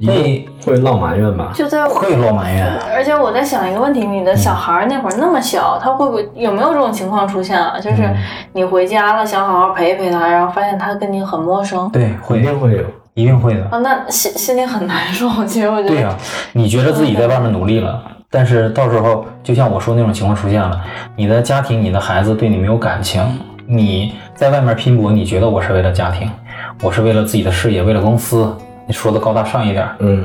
那
会落埋怨吧？
就在我
会落埋怨，
而且我在想一个问题，你的小孩儿那会儿那么小，他会不会有没有这种情况出现
嗯
啊？就是你回家了，想好好陪陪他，然后发现他跟你很陌生
对，
一
会
定会有。
一定会的。
啊，那心心里很难受。其实我觉
对啊呀、
得，
你觉得自己在外面努力了，但是到时候就像我说那种情况出现了，你的家庭、你的孩子对你没有感情，你在外面拼搏，你觉得我是为了家庭，我是为了自己的事业，为了公司，你说的高大上一点儿，
嗯，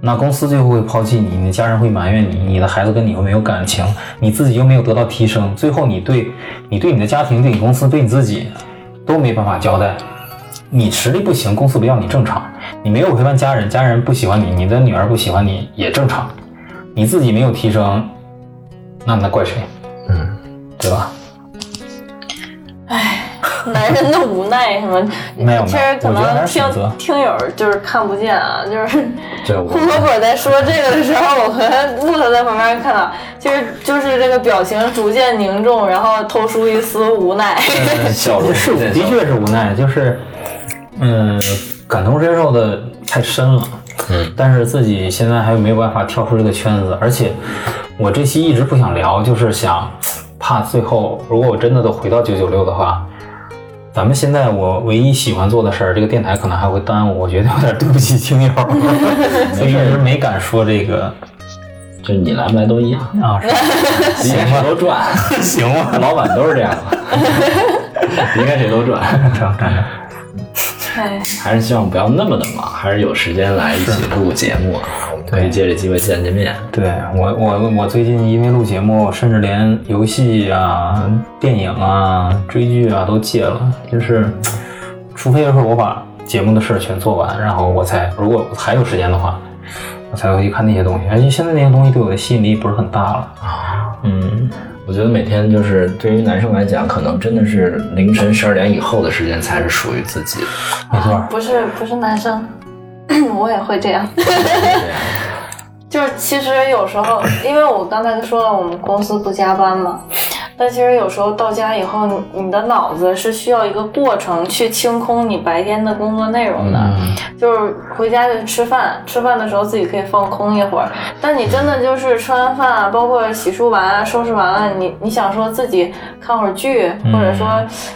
那公司最后会抛弃你，你的家人会埋怨你，你的孩子跟你又没有感情，你自己又没有得到提升，最后你对你对你的家庭、对你公司、对你自己都没办法交代。你实力不行，公司不要你正常；你没有陪伴家人，家人不喜欢你，你的女儿不喜欢你也正常。你自己没有提升，那那怪谁？
嗯，
对吧？
<laughs> 男人的无奈什么，
<laughs> 没有
其实可
我觉得还
能
是选择
听听友就是看不见啊，就是 <laughs>
这我
胡果果在说这个的时候，我和木头在旁边看到，其实就是这个表情逐渐凝重，然后透出一丝无奈。 <laughs>
笑容
是，的确是无奈，就是，嗯，感同身受的太深了。
嗯，
但是自己现在还没有办法跳出这个圈子，而且我这期一直不想聊，就是想怕最后如果我真的都回到九九六的话，咱们现在我唯一喜欢做的事儿，这个电台可能还会耽误，我觉得有点对不起听友， <laughs> 所以一直没敢说这个
就你来不来都一样，
<laughs> 啊，是吧
离开谁都赚，
<laughs> 行吗？
老板都是这样的，离开谁都赚。
这样站着，
哎，
还是希望不要那么的忙，还是有时间来一起录节目啊，我们可以借这机会见见面。
对我，我我最近因为录节目，甚至连游戏啊、电影啊、追剧啊都戒了，就是，除非就是我把节目的事儿全做完，然后我才如果还有时间的话，我才会去看那些东西。而且现在那些东西对我的吸引力不是很大了。嗯，
我觉得每天就是对于男生来讲，可能真的是凌晨十二点以后的时间才是属于自己的。
没错儿，
不是不是男生， <clears throat> 我也会这样。 <laughs> 就是其实有时候，因为我刚才就说了，我们公司不加班嘛，但其实有时候到家以后，你你的脑子是需要一个过程去清空你白天的工作内容的。就是回家就吃饭，吃饭的时候自己可以放空一会儿。但你真的就是吃完饭啊，包括洗漱完啊、收拾完了，你你想说自己看会儿剧，或者说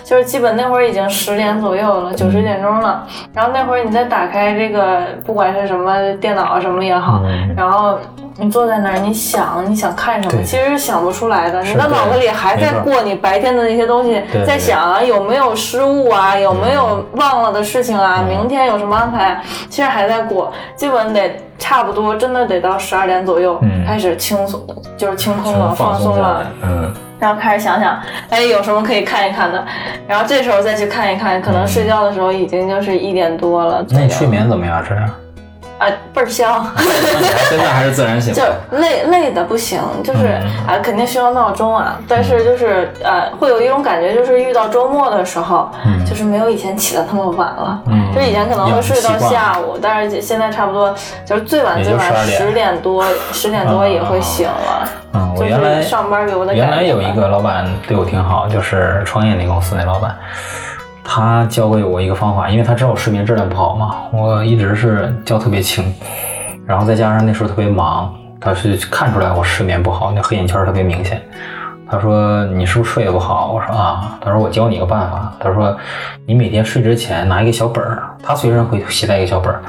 就是基本那会儿已经十点左右了，九十点钟了。然后那会儿你再打开这个，不管是什么电脑啊什么也好，然后。你坐在那儿，你想你想看什么，
对
其实是想不出来的。你
是
的脑子里还在
没错
过你白天的那些东西
对，嗯
在想啊有没有失误啊，有没有忘了的事情啊，明天有什么安排啊，其实还在过，基本得差不多，真的得到十二点左右、
嗯
开始轻松，就是清空
全
了，
嗯放
哦放
松
松
下
了
来。，嗯，
然后开始想想，哎，有什么可以看一看的，然后这时候再去看一看，可能睡觉的时候已经就是一点多了左
嗯那
右。
你睡眠怎么样？这样
啊，倍儿香。
真的还是自然醒
就。是累累的不行，就是啊、
嗯
肯定需要闹钟啊，但是就是呃，会有一种感觉，就是遇到周末的时候，就是没有以前起的那么晚了，
嗯
就是以前可能会睡到
养成习惯
下午，但是现在差不多就是最晚
也就
最晚
12点
十
<laughs>
点多，十点多也会醒了，
嗯，我
就
原来
是上班给我的
原来
感觉
有一个老板对我挺好，就是创业那公司那老板，他教给我一个方法，因为他知道我睡眠质量不好嘛，我一直是觉特别轻，然后再加上那时候特别忙，他是看出来我睡眠不好，那黑眼圈儿特别明显。他说：“你是不是睡得不好？”我说：“啊。”他说：“我教你一个办法。”他说：“你每天睡之前拿一个小本儿，他随身会携带一个小本儿，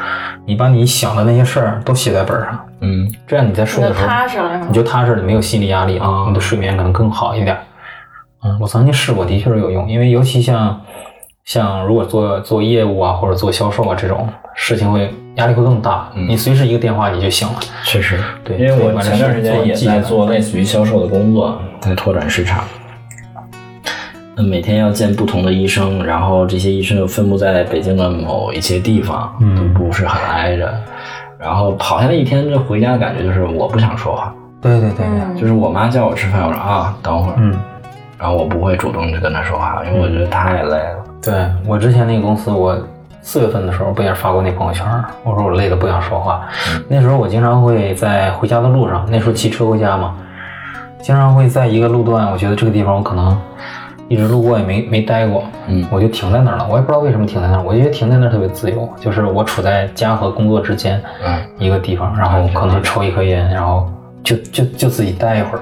你把你想的那些事儿都写在本儿上，
嗯，
这样你在睡的
你就
时候
踏实了是吗
你？就踏实了，没有心理压力
啊
了，你的睡眠可能更好一点。嗯，我曾经试过，的确是有用，因为尤其像像如果做做业务啊或者做销售啊这种事情会压力会更大，
嗯
你随时一个电话你就醒了。
确实，
对
因为
所以
我
管理
前段
是
时间
做
也
技能
在做类似于销售的工作，在拓展市场。嗯每天要见不同的医生，然后这些医生又分布在北京的某一些地方，
嗯
都不是很挨着。然后跑下来一天，这回家的感觉就是我不想说话，
对对对
嗯，
就是我妈叫我吃饭，我说啊等会儿，
嗯，
然后我不会主动去跟她说话，因为我觉得太累了。
对我之前那个公司，我四月份的时候不也是发过那朋友圈儿，我说我累得不想说话。那时候我经常会在回家的路上，那时候骑车回家嘛，经常会在一个路段，我觉得这个地方我可能一直路过也没没待过，
嗯
我就停在那儿了。我也不知道为什么停在那儿，我觉得停在那儿特别自由，就是我处在家和工作之间
嗯，
一个地方，然后可能抽一颗烟，然后就就就自己待一会儿，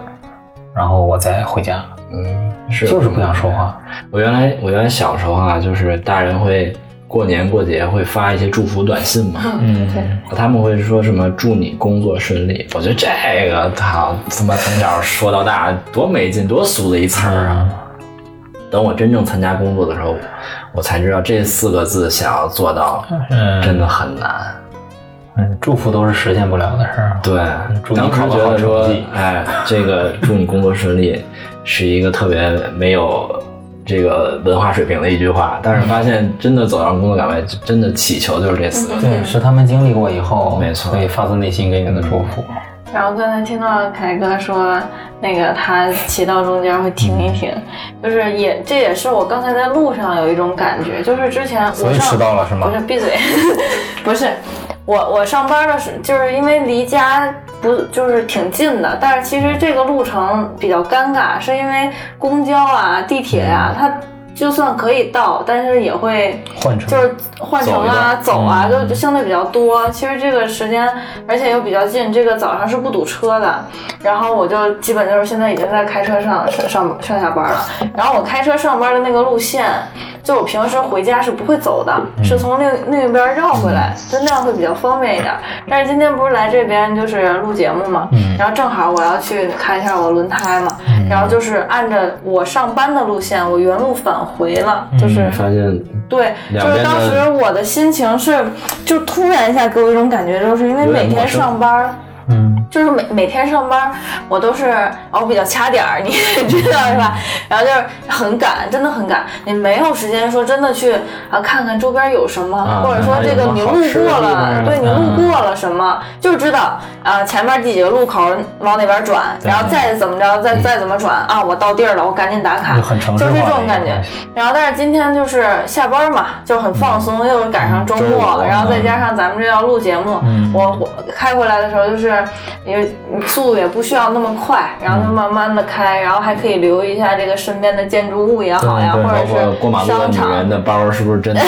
然后我再回家，
嗯，是
就是不想说话。
我原来我原来小时候啊，就是大人会过年过节会发一些祝福短信嘛，
嗯，
他们会说什么祝你工作顺利。我觉得这个操他妈从小说到大多没劲，多俗的一词儿啊！
嗯
等我真正参加工作的时候，我才知道这四个字想要做到
嗯，
真的很难。
嗯，祝福都是实现不了的事儿。啊
对，
祝你
当时
考
觉
个好
得说
成绩，
哎，这个祝你工作顺利，是一个特别没有这个文化水平的一句话。但是发现真的走上工作岗位，真的祈求就是这四个字。
对，是他们经历过以后，
没错
所以发自内心给你的祝福。
然后刚才听到凯哥说，那个他骑到中间会停一停，就是也这也是我刚才在路上有一种感觉，就是之前我
所以
上
迟到了是吗
不是，闭嘴， <laughs> 不是我我上班的时，就是因为离家不就是挺近的，但是其实这个路程比较尴尬，是因为公交啊、地铁
嗯
啊，它就算可以到，但是也会
换乘
就是换乘啊、走啊，
嗯
就相对比较多。其实这个时间，而且又比较近，这个早上是不堵车的。然后我就基本就是现在已经在开车上上上上下班了。然后我开车上班的那个路线，就我平时回家是不会走的，是从另另一边绕回来，就那样会比较方便一点。但是今天不是来这边就是录节目嘛，然后正好我要去看一下我轮胎嘛，然后就是按着我上班的路线，我原路返回了，就是
嗯
发现
对，就
两边的
是当时我的心情是，就突然一下给我一种感觉，就是因为
有点
每
陌
天
生
上班儿。
嗯，
就是每每天上班，我都是哦比较掐点儿，你知道
<laughs>
是吧？然后就是很赶，真的很赶，你没有时间说真的去啊看看周边有什么，
啊
或者说
哪里
这个
有
你
什么
路
好吃的
过
地方
了，
啊
对你
嗯
路过了什么，就知道啊、前面第几个路口往哪边转，然后再怎么着，再再怎么转啊，我到地儿了，我赶紧打卡，
嗯就很城市
就
化
是
的
这种
一个
感觉
东西。
然后但是今天就是下班嘛，就很放松，
嗯
又赶上周
周
末，
五嗯
然后再加上咱们这要录节目，我我开回来的时候就是因为速度也不需要那么快，然后就慢慢的开，然后还可以留意一下这个身边的建筑物也好呀，
对
或
对
包括过
者
马
是
路的
商
女
场
人的包是不
<laughs>
是真的？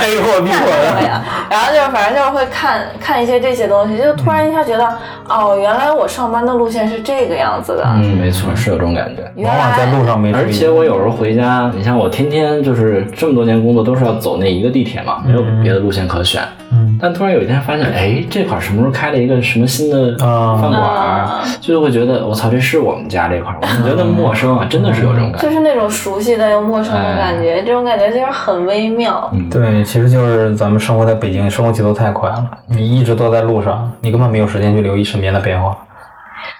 A 货 B 货
对
的，
呀，然后就是反正就是会看看一些这些东西，就突然一下觉得，哦，原来我上班的路线是这个样子的。
啊
嗯，没错，是有这种感觉。
原
往往在
来
路上没注意。
而且我有时候回家，你像我天天就是这么多年工作都是要走那一个地铁嘛，没有别的路线可选。
嗯
但突然有一天发现，哎，这块儿什么时候开了一个什么新的
啊
饭馆儿，
啊
就会觉得我操，这是我们家这块儿，我怎么觉得那么陌生啊，真的是有这种感
就
觉。
是那种熟悉但又陌生
哎
的感觉，这种感觉就是很微妙。
嗯
对，其实就是咱们生活在北京，生活节奏太快了，你一直都在路上，你根本没有时间去留意身边的变化。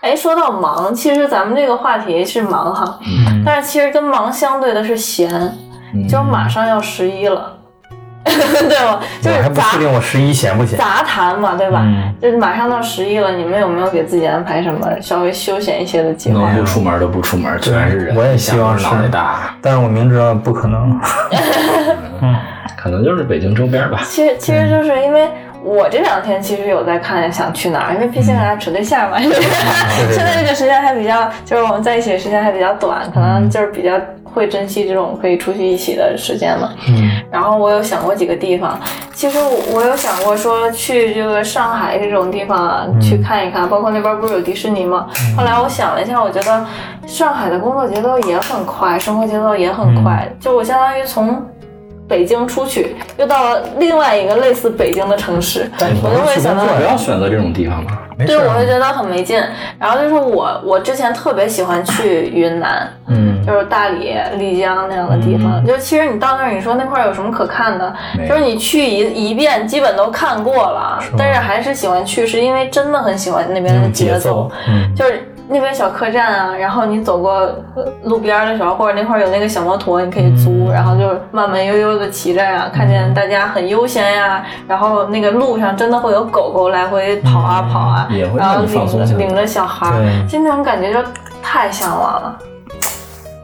哎，说到忙，其实咱们这个话题是忙哈，
嗯，
<laughs> 但是其实跟忙相对的是闲，
嗯
就马上要十一了， <laughs> 对吗？就
我还
是
不
杂
确定我十一闲不闲。
杂谈嘛，对吧？
嗯
就是马上到十一了，你们有没有给自己安排什么稍微休闲一些的计划？
能不出门都不出门，全是人。
我也希望是
脑袋大，
但是我明知道不可能。
可能就是北京周边吧。
其实其
嗯
实就是因为我这两天其实有在看想去哪儿，因为毕竟
嗯
还处对象嘛， <laughs> 现在这个时间还比较，就是我们在一起的时间还比较短，可
嗯
能就是比较会珍惜这种可以出去一起的时间了。
嗯
然后我有想过几个地方，其实我我有想过说去这个上海这种地方啊、去看一看，包括那边不是有迪士尼吗？后来我想了一下，我觉得上海的工作节奏也很快，生活节奏也很快，就我相当于从。北京出去，又到了另外一个类似北京的城市，我就会想到
不要选择这种地方吧。
没
对，
事儿啊
我会觉得很没劲。然后就是我，我之前特别喜欢去云南，
嗯
就是大理、丽江那样的地方。就其实你到那儿，你说那块儿有什么可看的
没？有
就是你去一一遍，基本都看过了。但是还是喜欢去，是因为真的很喜欢那边
那
的
种节
奏
奏，，嗯
就是。那边小客栈啊，然后你走过呃路边儿的时候，或者那块儿有那个小摩托，你可
嗯
以租，然后就慢慢悠悠的骑着呀、看见大家很悠闲呀、然后那个路上真的会有狗狗来回跑啊跑啊，
嗯也会
然后
让你
领
放松
着
下来
领着小孩儿，
对
就那种感觉就太向往了，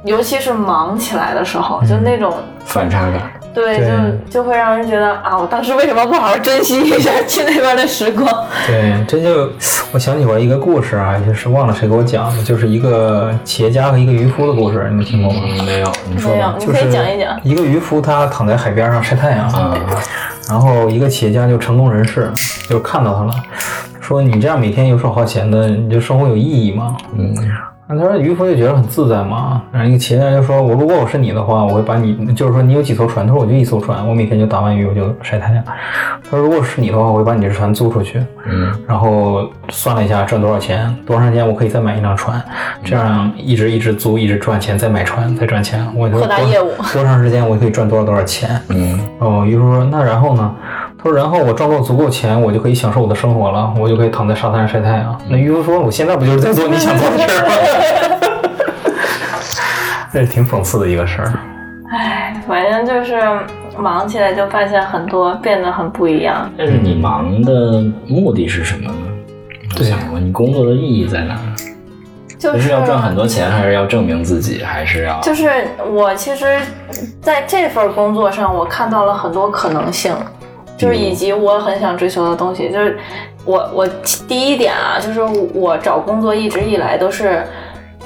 尤其是忙起来的时候，就
嗯
那种
反差感，
对，
对
就就会让人觉得啊，我当时为什么不好好珍惜
<laughs>
一下去那边的时光？
对，这就我想起过一个故事啊，也是忘了谁给我讲的，就是一个企业家和一个渔夫的故事，你们听过吗？
嗯，没有，你说
没有
吧，，
你
就
可
是
以讲一讲。
一个渔夫他躺在海边上晒太阳，
啊，
然后一个企业家就成功人士就看到他了，说你这样每天游手好闲的，你这生活有意义吗？
嗯，
那他说渔夫就觉得很自在嘛，然后一个企业家就说，我如果我是你的话，我会把你，就是说你有几艘船，他说我就一艘船，我每天就打完鱼我就晒太阳。他说如果是你的话，我会把你这船租出去，
嗯，
然后算了一下赚多少钱，多长时间我可以再买一辆船，
嗯
这样一直一直租，一直赚钱，再买船，再赚钱，我就
扩大业务
多长时间我可以赚多少多少钱？
嗯，
哦，于是说那然后呢？他说然后我赚够足够钱，我就可以享受我的生活了，我就可以躺在沙滩上晒太阳。
嗯
那于夫说我现在不就是在做你想做的事儿吗？
<laughs>
这是挺讽刺的一个事儿。
唉，反正就是忙起来就发现很多变得很不一样。
但是你忙的目的是什么呢？我
对
想过你工作的意义在哪？
就
就是是要赚很多钱，还是要证明自己，还是要
就是我其实在这份工作上，我看到了很多可能性，就是以及我很想追求的东西。就是我我第一点啊，就是我找工作一直以来都是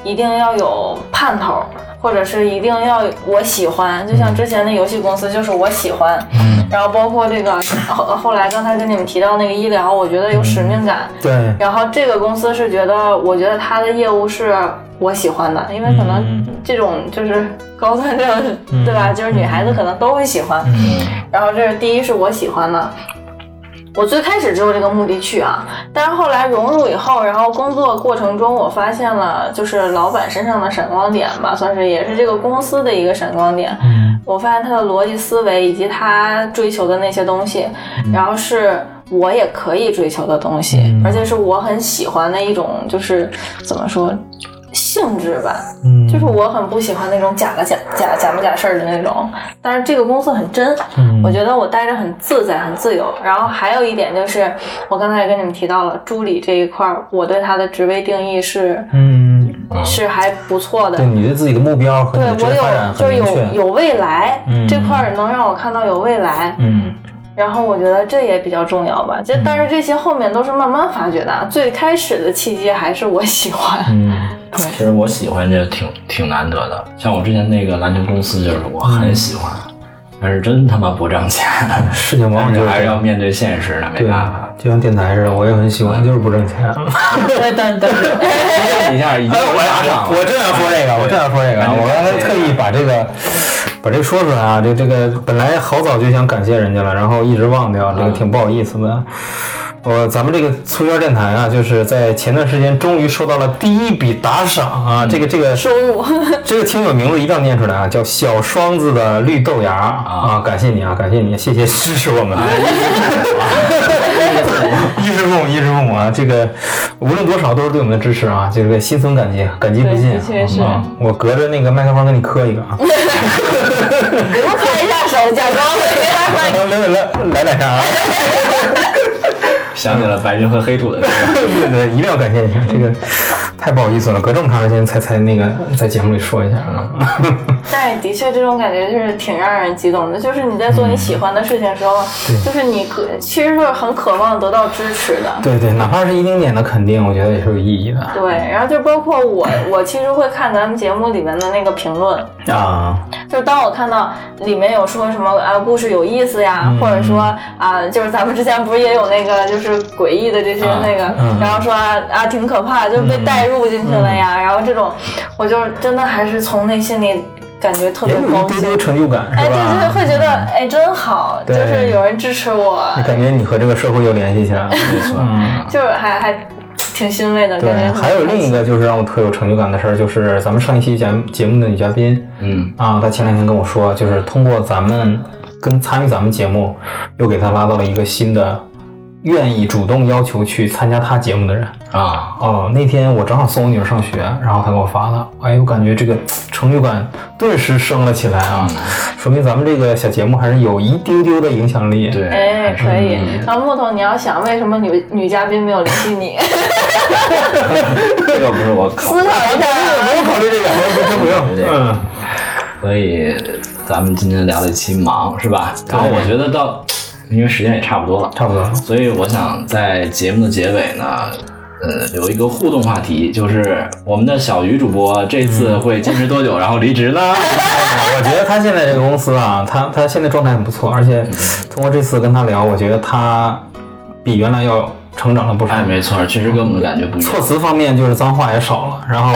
一定要有盼头。或者是一定要我喜欢，就像之前的游戏公司，就是我喜欢，
嗯
然后包括这个后后来刚才跟你们提到那个医疗，我觉得有使命感，
对，
然后这个公司是觉得，我觉得它的业务是我喜欢的，因为可能
嗯
这种就是高端这种，对吧？就是女孩子可能都会喜欢。
嗯
然后这是第一是我喜欢的。我最开始只有这个目的去啊，但是后来融入以后，然后工作过程中，我发现了就是老板身上的闪光点吧，算是也是这个公司的一个闪光点。
嗯
我发现他的逻辑思维以及他追求的那些东西，然后是我也可以追求的东西，
嗯
而且是我很喜欢的一种，就是怎么说性质吧，
嗯，
就是我很不喜欢那种假的假假假不假事儿的那种，但是这个公司很真，
嗯
我觉得我待着很自在，很自由。然后还有一点就是，我刚才也跟你们提到了助理这一块儿，我对他的职位定义是、
嗯，
是还不错的，
对你对自己的目标和你
对
的职
我
业发展
有就
很
是
明
有
确。
有未来、
嗯
这块儿能让我看到有未来，
嗯
然后我觉得这也比较重要吧。这但是这些后面都是慢慢发掘的啊，最开始的契机还是我喜欢。
嗯，
其实我喜欢这个挺挺难得的，像我之前那个篮球公司就是我很喜欢，但是真他妈不挣
<laughs>
钱，
事情往
但
往就是是
还
这
是要
样。
面对现实，那没
对
办法。，
就像电台似的，我也很喜欢，就是不挣钱。 <laughs>
对对对，
这一下已经打
<laughs>
赏了，
我正要说这个，我正要说这个，我刚才特意把这个把这说出来啊，这这个本来好早就想感谢人家了，然后一直忘掉，这个挺不好意思的。我咱们这个促销电台啊，就是在前段时间终于收到了第一笔打赏啊，这个这个
收入
这个听友名字一定要念出来啊，叫小双子的绿豆芽啊，感谢你啊，感谢你，谢谢支持我们。 <laughs> 衣食父母，衣食父母啊！这个无论多少都是对我们的支持啊，这个心存感激，感激不尽啊。
对的确是
嗯我隔着那个麦克风给你磕一个
<laughs>
啊，
给我拍一下手，假装
来
我
来来来两下啊！
想起了白云和黑土的事儿。
对对，一定要感谢一下，这个太不好意思了，隔这么长时间才才那个在节目里说一下啊。
但是的确，这种感觉是挺让人激动的。就是你在做你喜欢的事情的时候，就是你可其实是很渴望得到支持的。
对对，哪怕是一丁点的肯定，我觉得也是有意义的
对，然后就包括我，我其实会看咱们节目里面的那个评论，
啊。
就是当我看到里面有说什么啊故事有意思呀，或者说啊就是咱们之前不是也有那个就是诡异的这些那个，
嗯
然后说啊啊挺可怕，就被带入进去了呀，然后这种我就真的还是从内心里感觉特
也
别
有一
高
丢
兴
丢。成就感，
哎，
是
对，就是
吧？
会觉得哎真好，就
对嗯
是有人支持我，
你感觉你和这个社会又联系起来了，
嗯
没错。
就是还还挺欣慰的，
对
感觉，很
还有另一
开
个就是让我特有成就感的事儿，就是咱们上一期节目节目的女嘉宾
嗯，
啊，她前两天跟我说，就是通过咱们跟参与咱们节目，又给她拉到了一个新的愿意主动要求去参加她节目的人。
啊，
哦，那天我正好送我女儿上学，然后她给我发的，哎，我感觉这个成就感顿时升了起来
嗯
啊，说明咱们这个小节目还是有一丢丢的影响力。
对，嗯
心。哎，可以。
嗯
然后木头，你要想为什么女女嘉宾没有联系你？
<laughs>
嗯这个不是我考
思考一下。
不用考虑这个，不用不
这
用。
个
嗯，
所以咱们今天聊了一期忙，是吧？然后我觉得到，因为时间也差不多了，
差不多了。
所以我想在节目的结尾呢，呃，有一个互动话题，就是我们的小鱼主播这次会坚持多久，然后
<laughs>
离职呢？
我觉得他现在这个公司啊，他他现在状态很不错，而且通过这次跟他聊，我觉得他比原来要成长了不少
哎，。没错，确实跟我们的感觉不一样
措。辞方面就是脏话也少了，然后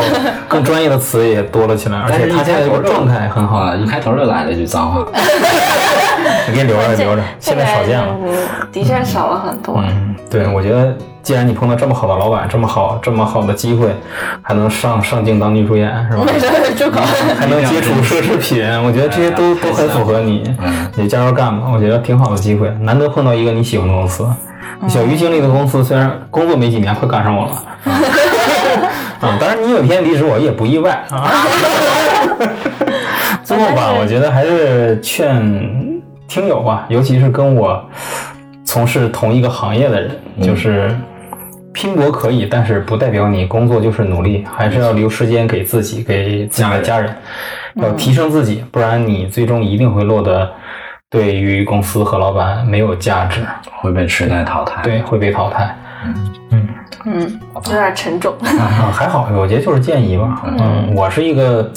更专业的词也多了起 <laughs> 来，而
但
且
是
他现在这个状态很好，
啊，一开头就来了一句脏话，
你给留着留着，
这
嗯现在少见了。
这个嗯的确少了很多。
嗯，对，我觉得既然你碰到这么好的老板，这么好这么好的机会，还能上上镜当女主演是 <laughs> 吧？
就搞
<laughs> 还能接触奢侈品，我觉得这些都都很符合你，
嗯
你加入干嘛？我觉得挺好的机会，难得碰到一个你喜欢的公司。小鱼经历的公司虽然工作没几年，快赶上我了。 <laughs> 啊，当然你有一天离职我也不意外啊。最后吧，我觉得还是劝听友吧，尤其是跟我从事同一个行业的人，就是拼搏可以，但是不代表你工作就是努力，还是要留时间给自己、给家家人，要提升自己，不然你最终一定会落得对于公司和老板没有价值，
会被时代淘汰。
对，会被淘汰。
嗯，有点沉重。
啊， <laughs> 还好，我觉得就是建议吧。嗯，我是一个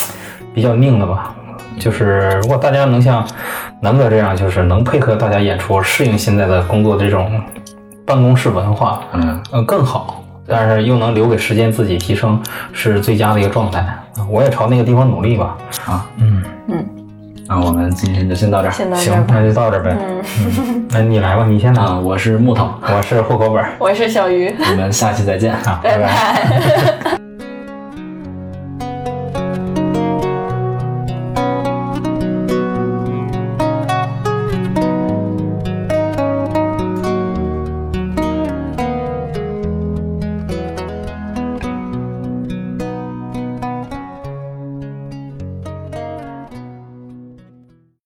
比较拧的吧，就是如果大家能像南哥这样，就是能配合大家演出，适应现在的工作这种办公室文化，
嗯，
呃，更好。但是又能留给时间自己提升，是最佳的一个状态。我也朝那个地方努力吧。
好，
嗯，
那我们今天就先到这儿。
先到这
行
儿，吧。
那就到这儿呗。
嗯，
那你来吧，你先来。
啊，我是木头，
我是户口本儿
我是小鱼，
<laughs>
我们下期再见。
啊，
拜
拜
拜。